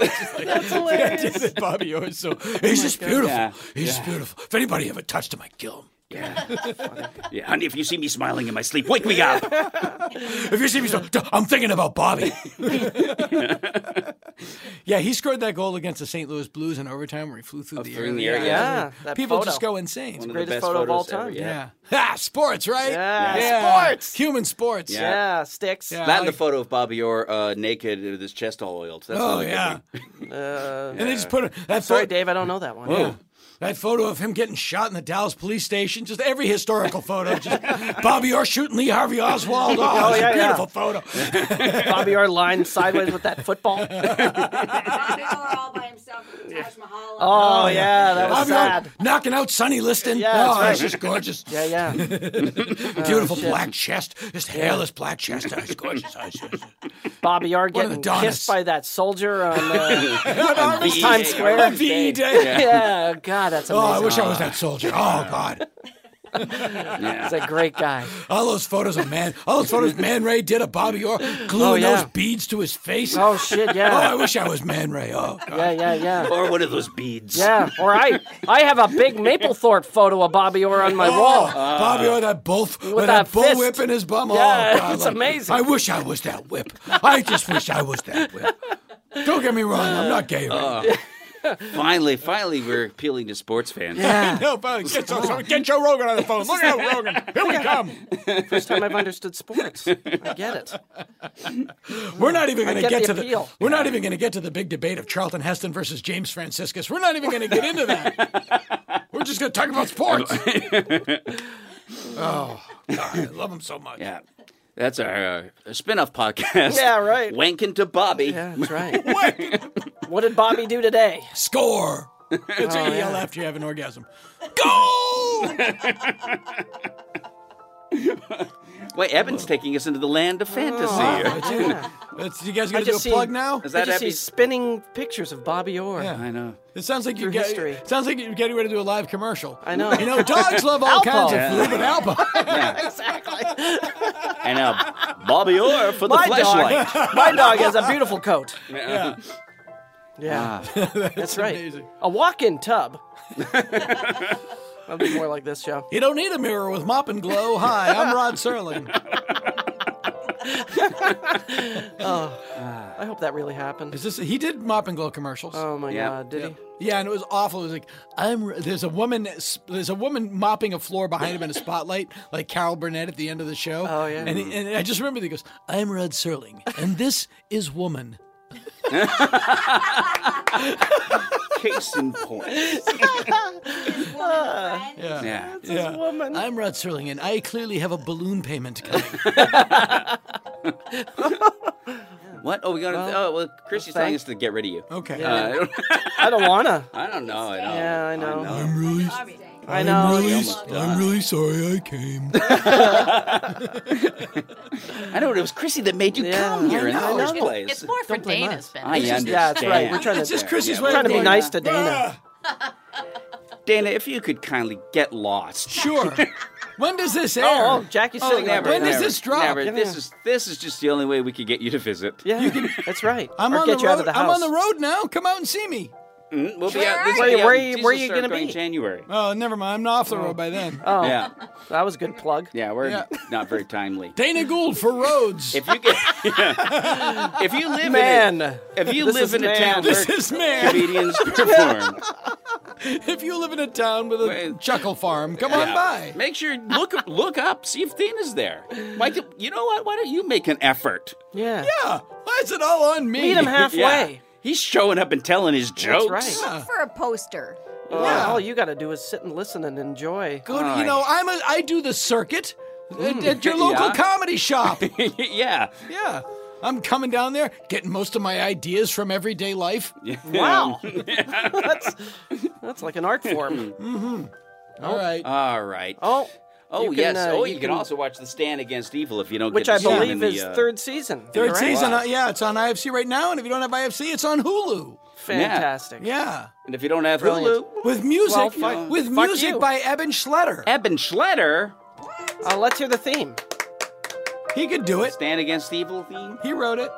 Speaker 7: It's just like, That's
Speaker 2: hilarious. Oh
Speaker 7: Bobby Orr is so he's just beautiful.
Speaker 1: Yeah.
Speaker 7: He's just beautiful. If anybody ever touched him, I'd kill him.
Speaker 1: Yeah, honey, if you see me smiling in my sleep, wake me up.
Speaker 7: If you see me, so, I'm thinking about Bobby. yeah, he scored that goal against the St. Louis Blues in overtime where he flew through the
Speaker 1: Oh, through
Speaker 7: air.
Speaker 1: the air, yeah.
Speaker 2: Yeah, that
Speaker 7: people
Speaker 2: photo.
Speaker 7: just go insane.
Speaker 1: One of the
Speaker 2: Greatest
Speaker 1: best
Speaker 2: photo of all
Speaker 1: photos ever,
Speaker 2: time.
Speaker 1: yeah.
Speaker 7: yeah. Ah, sports, right?
Speaker 2: Yeah. Sports.
Speaker 7: Human sports.
Speaker 1: Yeah.
Speaker 2: Yeah, sticks.
Speaker 7: Yeah.
Speaker 1: That and
Speaker 7: like-
Speaker 1: the photo of Bobby Orr uh, naked with his chest all oiled. That's
Speaker 7: Oh
Speaker 1: another good
Speaker 7: yeah.
Speaker 1: one.
Speaker 7: and they just put it. That
Speaker 2: Uh, Sorry,
Speaker 7: photo-
Speaker 2: Dave, I don't know that one.
Speaker 7: Yeah. That photo of him getting shot in the Dallas police station, just every historical photo, just Bobby Orr shooting Lee Harvey Oswald. Oh,
Speaker 2: Oh,
Speaker 7: it's
Speaker 2: yeah,
Speaker 7: a
Speaker 2: yeah.
Speaker 7: beautiful photo.
Speaker 2: Bobby Orr lined sideways with that football.
Speaker 8: Bobby Orr all by himself at the Taj Mahal.
Speaker 2: Oh, yeah, that was
Speaker 7: Bobby Orr
Speaker 2: sad.
Speaker 7: knocking out Sonny Liston.
Speaker 2: Yeah, that's
Speaker 7: oh,
Speaker 2: right.
Speaker 7: it's just gorgeous.
Speaker 2: Yeah, Oh, yeah.
Speaker 7: beautiful black chest, just hairless black chest. Oh, it's gorgeous. Oh, it's- it's-
Speaker 2: Bobby Orr
Speaker 7: One of the
Speaker 2: getting
Speaker 7: Donnas.
Speaker 2: kissed by that soldier on uh,
Speaker 1: VE Day.
Speaker 2: Times Square.
Speaker 7: On VE Day.
Speaker 2: yeah, God, that's
Speaker 7: Oh,
Speaker 2: amazing.
Speaker 7: I wish I was that soldier. Oh God,
Speaker 1: Yeah.
Speaker 2: He's a great guy.
Speaker 7: all those photos of man, all those photos Man Ray did of Bobby Orr, gluing
Speaker 2: Oh, yeah.
Speaker 7: those beads to his face.
Speaker 2: Oh shit,
Speaker 7: Oh, I
Speaker 2: yeah,
Speaker 7: wish I was Man Ray. Oh, God.
Speaker 2: yeah, yeah, yeah.
Speaker 1: Or one of those beads.
Speaker 2: Yeah, or I, I have a big Maplethorpe photo of Bobby Orr on
Speaker 7: Oh.
Speaker 2: my wall.
Speaker 7: Uh, Bobby Orr, that bull, with,
Speaker 2: that
Speaker 7: that, bull
Speaker 2: fist.
Speaker 7: whip in his bum.
Speaker 2: Yeah,
Speaker 7: oh, God,
Speaker 2: it's
Speaker 7: like,
Speaker 2: amazing.
Speaker 7: I wish I Uh, was that whip. I just wish I was that whip. Don't get me wrong, I'm not gay. Right?
Speaker 1: finally, finally, we're appealing to sports fans.
Speaker 7: No, finally, get, Joe- get Joe Rogan on the phone. Look out, Rogan. Here we come.
Speaker 2: First time I've understood sports. I get it.
Speaker 7: We're not even
Speaker 2: I
Speaker 7: going
Speaker 2: get
Speaker 7: to get
Speaker 2: the
Speaker 7: to the.
Speaker 2: appeal.
Speaker 7: We're not even going to get to the big debate of Charlton Heston versus James Franciscus. We're not even going to get into that. We're just going to talk about sports. oh, God, I love him so much.
Speaker 1: Yeah. That's our uh, spin-off podcast.
Speaker 2: Yeah, right.
Speaker 1: Wanking to Bobby.
Speaker 2: Yeah, that's right. what did Bobby do today? Oh,
Speaker 7: Score. It's how you yell after you have an orgasm. Go.
Speaker 1: Wait, Evan's taking us into the land of fantasy.
Speaker 7: That's it. That's, you guys
Speaker 2: Oh, I
Speaker 7: going to do a
Speaker 2: just see-
Speaker 7: plug now?
Speaker 1: Is
Speaker 2: I
Speaker 1: that
Speaker 2: just see
Speaker 1: Epi?
Speaker 2: spinning pictures of Bobby Orr.
Speaker 7: Yeah.
Speaker 1: I know.
Speaker 7: It sounds like you
Speaker 2: Through
Speaker 7: get,
Speaker 2: history.
Speaker 7: it Sounds like you're getting ready to do a live commercial.
Speaker 2: I know.
Speaker 7: You know, dogs love all
Speaker 2: Alpo.
Speaker 7: kinds of
Speaker 1: Yeah.
Speaker 7: food, but Alpo.
Speaker 2: exactly.
Speaker 1: And uh, Bobby Orr for the
Speaker 2: My
Speaker 1: flashlight.
Speaker 2: dog, my dog has a beautiful coat.
Speaker 1: Ah.
Speaker 2: Yeah, that's, right.
Speaker 7: amazing.
Speaker 2: A walk-in tub. That'd be more like this show.
Speaker 7: you don't need a mirror with mop and glow. Hi, I'm Rod Serling.
Speaker 2: I hope that really happened.
Speaker 7: Is this? He did mop and glow commercials.
Speaker 2: Oh my
Speaker 1: Yeah.
Speaker 2: god, did
Speaker 7: Yeah, and it was awful. It was like I'm. There's a woman. There's a woman mopping a floor behind him in a spotlight, like Carol Burnett at the end of the show.
Speaker 2: Oh, yeah.
Speaker 7: And, he- and I just remember that he goes, "I'm Rod Serling, and this is Woman."
Speaker 1: Case in point.
Speaker 7: Yeah.
Speaker 1: Yeah.
Speaker 7: yeah.
Speaker 2: woman.
Speaker 7: I'm Rod Serling, and I clearly have a balloon payment coming.
Speaker 1: What? Oh, we got to. oh, well, Chrissy's telling us to get rid of you.
Speaker 7: Okay.
Speaker 1: Uh, I don't-
Speaker 2: he? I don't wanna.
Speaker 1: I don't know. I know.
Speaker 2: Yeah, I know.
Speaker 7: I'm really,
Speaker 2: I know.
Speaker 7: I'm really sorry I came.
Speaker 1: I know it was Chrissy that made you
Speaker 2: Yeah,
Speaker 1: come here
Speaker 2: I
Speaker 1: in the
Speaker 2: know.
Speaker 1: first
Speaker 2: It's-
Speaker 1: place.
Speaker 8: It's more for Dana's benefit.
Speaker 1: I understand.
Speaker 2: Yeah, that's right. We're trying to,
Speaker 7: It's just Chrissy's way
Speaker 2: trying
Speaker 7: of
Speaker 2: to be
Speaker 7: doing it.
Speaker 2: nice to Dana.
Speaker 1: Dana, if you could kindly get lost.
Speaker 7: Sure. When does this air?
Speaker 2: Oh, oh, Jackie's sitting there.
Speaker 1: never,
Speaker 7: When does
Speaker 1: never,
Speaker 7: this drop?
Speaker 1: never.
Speaker 7: Yeah.
Speaker 1: This is this is just the only way we could get you to visit.
Speaker 2: Yeah, that's right.
Speaker 7: I'm
Speaker 2: or
Speaker 7: on
Speaker 2: get
Speaker 7: the
Speaker 2: you
Speaker 7: road.
Speaker 2: out of the house.
Speaker 7: I'm on the road now. Come out and see me.
Speaker 1: Mm, We'll be out. This will
Speaker 2: Wait,
Speaker 1: be out
Speaker 2: where
Speaker 1: in
Speaker 2: you-
Speaker 1: Jesus
Speaker 2: where you
Speaker 1: Circle
Speaker 2: gonna
Speaker 1: in
Speaker 2: be?
Speaker 1: January.
Speaker 7: Oh, never mind. I'm off the road by then.
Speaker 2: Oh,
Speaker 1: Yeah,
Speaker 2: that was a good plug.
Speaker 1: yeah. We're
Speaker 7: Yeah.
Speaker 1: not very timely.
Speaker 7: Dana Gould for Rhodes.
Speaker 1: If you get, if you live in
Speaker 2: Man,
Speaker 1: a, if you
Speaker 2: This
Speaker 1: live
Speaker 2: is
Speaker 1: in a
Speaker 2: man.
Speaker 1: town where
Speaker 7: this is man.
Speaker 1: comedians perform,
Speaker 7: If you live in a town with a
Speaker 1: Wait.
Speaker 7: chuckle farm, come on
Speaker 1: Yeah.
Speaker 7: by.
Speaker 1: Make sure look look up, see if Dana's there. Why do, you know what? Why don't you make an effort?
Speaker 2: yeah.
Speaker 7: Yeah. Why is it all on me?
Speaker 2: Meet him halfway.
Speaker 1: He's showing up and telling his jokes.
Speaker 2: That's right.
Speaker 3: Look for a poster.
Speaker 2: Oh,
Speaker 7: Yeah.
Speaker 2: All you got to do is sit and listen and enjoy.
Speaker 7: Go to- you know, I'm a, I do the circuit
Speaker 2: Mm.
Speaker 7: at, at your local
Speaker 1: Yeah.
Speaker 7: comedy shop.
Speaker 1: yeah.
Speaker 7: yeah. I'm coming down there, getting most of my ideas from everyday life.
Speaker 2: Wow,
Speaker 1: Um,
Speaker 2: that's that's like an art form.
Speaker 7: All right.
Speaker 2: Uh,
Speaker 1: All right.
Speaker 2: Oh,
Speaker 1: oh
Speaker 2: you can,
Speaker 1: yes.
Speaker 2: uh,
Speaker 1: oh,
Speaker 2: you
Speaker 1: you, can,
Speaker 2: can-
Speaker 1: also watch The Stand Against Evil if you don't.
Speaker 2: which I
Speaker 1: get to see it
Speaker 2: believe
Speaker 1: in the,
Speaker 2: is
Speaker 1: uh,
Speaker 2: third season.
Speaker 7: Third
Speaker 2: correct?
Speaker 7: season, uh, yeah, it's on IFC right now, and if you don't have IFC, it's on Hulu.
Speaker 2: Fantastic.
Speaker 7: Yeah,
Speaker 1: And if you don't have
Speaker 2: Brilliant.
Speaker 1: Hulu,
Speaker 7: with music,
Speaker 2: Well, fuck-
Speaker 7: with
Speaker 2: fuck
Speaker 7: music
Speaker 2: you.
Speaker 7: by Eben Schletter.
Speaker 1: Eben Schletter,
Speaker 2: Uh, let's hear the theme.
Speaker 7: He could do it.
Speaker 1: Stand Against Evil theme.
Speaker 7: He wrote it.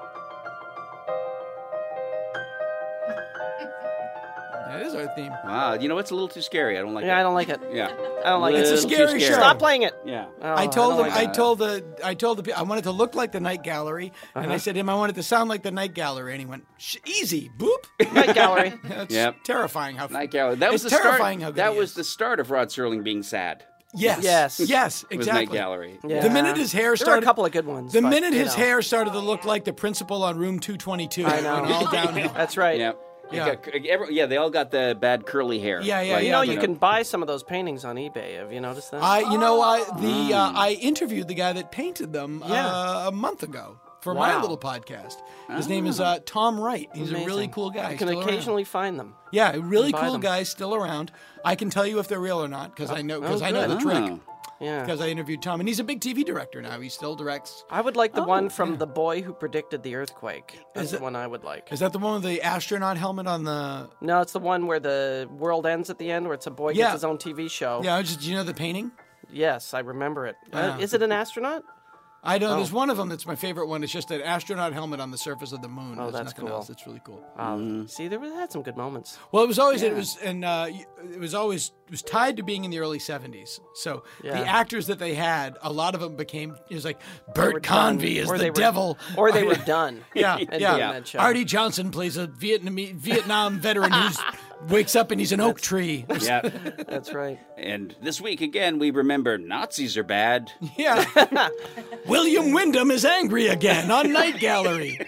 Speaker 7: That is our theme.
Speaker 1: Wow. You know it's a little too scary. I don't like
Speaker 2: Yeah, I
Speaker 1: it.
Speaker 2: don't like it.
Speaker 1: Yeah.
Speaker 2: I don't like
Speaker 7: It's a
Speaker 2: it.
Speaker 1: Little too
Speaker 7: scary show.
Speaker 2: Stop playing it.
Speaker 1: Yeah.
Speaker 2: Oh,
Speaker 7: I told
Speaker 2: don't like
Speaker 7: him. I
Speaker 2: it.
Speaker 7: told the. I told the. pe- I wanted to look like the Night Gallery,
Speaker 2: Uh-huh.
Speaker 7: and I said to him, I wanted to sound like the Night Gallery, and he went, Sh- "Easy, boop."
Speaker 2: Night gallery.
Speaker 7: That's
Speaker 1: Yep.
Speaker 7: terrifying. How
Speaker 1: Night Gallery. That was
Speaker 7: it's
Speaker 1: the
Speaker 7: terrifying.
Speaker 1: start.
Speaker 7: how good
Speaker 1: that
Speaker 7: he
Speaker 1: was
Speaker 7: is.
Speaker 1: the start of Rod Serling being sad.
Speaker 7: yes,
Speaker 2: Yes.
Speaker 7: yes, exactly.
Speaker 1: Was Night Gallery.
Speaker 2: Yeah.
Speaker 7: The minute his hair
Speaker 2: There were a
Speaker 7: started,
Speaker 2: couple of good ones.
Speaker 7: The
Speaker 2: but,
Speaker 7: minute
Speaker 2: you
Speaker 7: his
Speaker 2: know.
Speaker 7: hair started to look like the principal on room 222, I
Speaker 2: know.
Speaker 7: went all downhill.
Speaker 2: That's right.
Speaker 1: Yeah.
Speaker 7: Yeah.
Speaker 1: Yeah. Every, yeah, they all got the bad curly hair.
Speaker 7: Yeah, yeah,
Speaker 1: Like,
Speaker 2: You
Speaker 7: yeah,
Speaker 2: know, you can buy some of those paintings on eBay. Have you noticed that?
Speaker 7: I, you know, I the uh, I interviewed the guy that painted them
Speaker 2: Mm. Yeah.
Speaker 7: uh, a month ago for my
Speaker 2: Wow. Ah.
Speaker 7: little podcast. His name is uh, Tom Wright. He's a really
Speaker 2: Amazing.
Speaker 7: cool guy.
Speaker 2: You can
Speaker 7: still around.
Speaker 2: occasionally find them.
Speaker 7: yeah, a really
Speaker 2: buy
Speaker 7: cool
Speaker 2: them.
Speaker 7: guy still around. I can tell you if they're real or not because I know because I know
Speaker 2: good. Ah.
Speaker 7: the trick
Speaker 1: Oh.
Speaker 2: Yeah.
Speaker 7: because I interviewed Tom and he's a big TV director now. He still directs.
Speaker 2: I would like the one from the boy who predicted the earthquake. That's
Speaker 7: Oh, Is
Speaker 2: the
Speaker 7: it-
Speaker 2: one I would like.
Speaker 7: Is that the one with the astronaut helmet on the?
Speaker 2: No, it's the one where the world ends at the end, where it's a boy
Speaker 7: Yeah.
Speaker 2: gets his own TV show.
Speaker 7: Yeah, I just you know the painting.
Speaker 2: Yes, I remember it. Uh,
Speaker 7: Yeah.
Speaker 2: is it an astronaut?
Speaker 7: I know
Speaker 2: Oh.
Speaker 7: there's one of them that's my favorite one. It's just an astronaut helmet on the surface of the moon. Oh, there's
Speaker 2: that's
Speaker 7: nothing
Speaker 2: cool.
Speaker 7: else. It's really cool.
Speaker 2: Um, See, there was had some good moments.
Speaker 7: Well, it was always it was and uh, y- it was always was tied to being in the early 70s. So
Speaker 2: Yeah.
Speaker 7: the actors that they had, a lot of them became, it was like
Speaker 2: They were
Speaker 7: Bert
Speaker 2: done,
Speaker 7: Convey is
Speaker 2: or
Speaker 7: the
Speaker 2: they were-
Speaker 7: devil.
Speaker 2: or they were done.
Speaker 7: Yeah,
Speaker 2: and
Speaker 7: yeah.
Speaker 2: doing that show.
Speaker 7: Artie Johnson plays a Vietnamese Vietnam veteran who wakes up and he's an oak tree.
Speaker 1: Yeah.
Speaker 2: That's right.
Speaker 1: And this week again, we remember Nazis are bad.
Speaker 7: Yeah. William Wyndham is angry again on Night Gallery.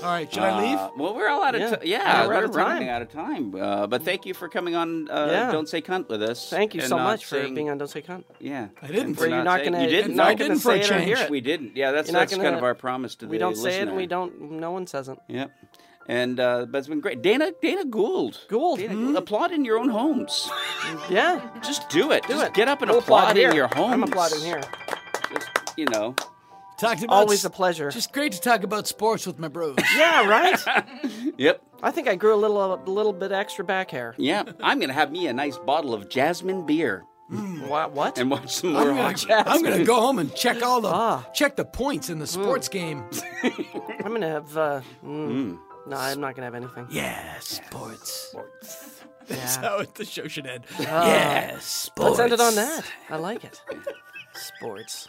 Speaker 7: All right, should I leave?
Speaker 1: Uh, well, we're all out of
Speaker 2: Yeah.
Speaker 1: time. Yeah,
Speaker 2: We're
Speaker 1: we're,
Speaker 2: out of time.
Speaker 1: running out of time. Uh, but thank you for coming on. Uh,
Speaker 2: Yeah.
Speaker 1: Don't say cunt with us.
Speaker 2: Thank you
Speaker 1: and
Speaker 2: so
Speaker 1: not
Speaker 2: much for
Speaker 1: saying-
Speaker 2: being on Don't Say Cunt.
Speaker 1: Yeah,
Speaker 7: I didn't.
Speaker 1: for
Speaker 2: Where you're not
Speaker 1: saying-
Speaker 2: gonna,
Speaker 1: You didn't.
Speaker 2: not
Speaker 7: I
Speaker 2: gonna
Speaker 7: didn't for
Speaker 2: say
Speaker 7: a
Speaker 2: it or hear
Speaker 7: change.
Speaker 2: it.
Speaker 1: We didn't. Yeah, that's
Speaker 2: You're not
Speaker 1: that's kind
Speaker 2: gonna-
Speaker 1: of our promise to
Speaker 2: We
Speaker 1: the
Speaker 2: don't say it, and we
Speaker 1: listener.
Speaker 2: don't. No one says it.
Speaker 1: Yep. And uh, but it's been great. Dana Dana Gould.
Speaker 2: Gould,
Speaker 7: Hmm?
Speaker 1: Dana Applaud in your own homes.
Speaker 2: Yeah,
Speaker 1: Just do it.
Speaker 2: do
Speaker 1: Just
Speaker 2: it.
Speaker 1: get up and
Speaker 2: We'll
Speaker 1: applaud, in
Speaker 2: here.
Speaker 1: your homes.
Speaker 2: I'm applauding here.
Speaker 1: Just, you know.
Speaker 7: Talked about
Speaker 2: Always
Speaker 7: s-
Speaker 2: a pleasure.
Speaker 7: Just great to talk about sports with my bros.
Speaker 2: yeah, right.
Speaker 1: Yep.
Speaker 2: I think I grew a little, a little bit extra back hair.
Speaker 1: Yeah. I'm gonna have me a nice bottle of jasmine beer
Speaker 2: What? What?
Speaker 1: Mm. and watch some more
Speaker 7: I'm gonna,
Speaker 1: hockey.
Speaker 7: I'm gonna go home and check all the
Speaker 2: Ah. Mm.
Speaker 7: check the points in the sports game.
Speaker 2: I'm gonna have. Uh, mm, No, I'm not gonna have anything.
Speaker 7: Yeah, sports. That's
Speaker 2: Yeah. Ah.
Speaker 7: how the show should end. yeah, sports.
Speaker 2: Let's end it on that. I like it. Sports.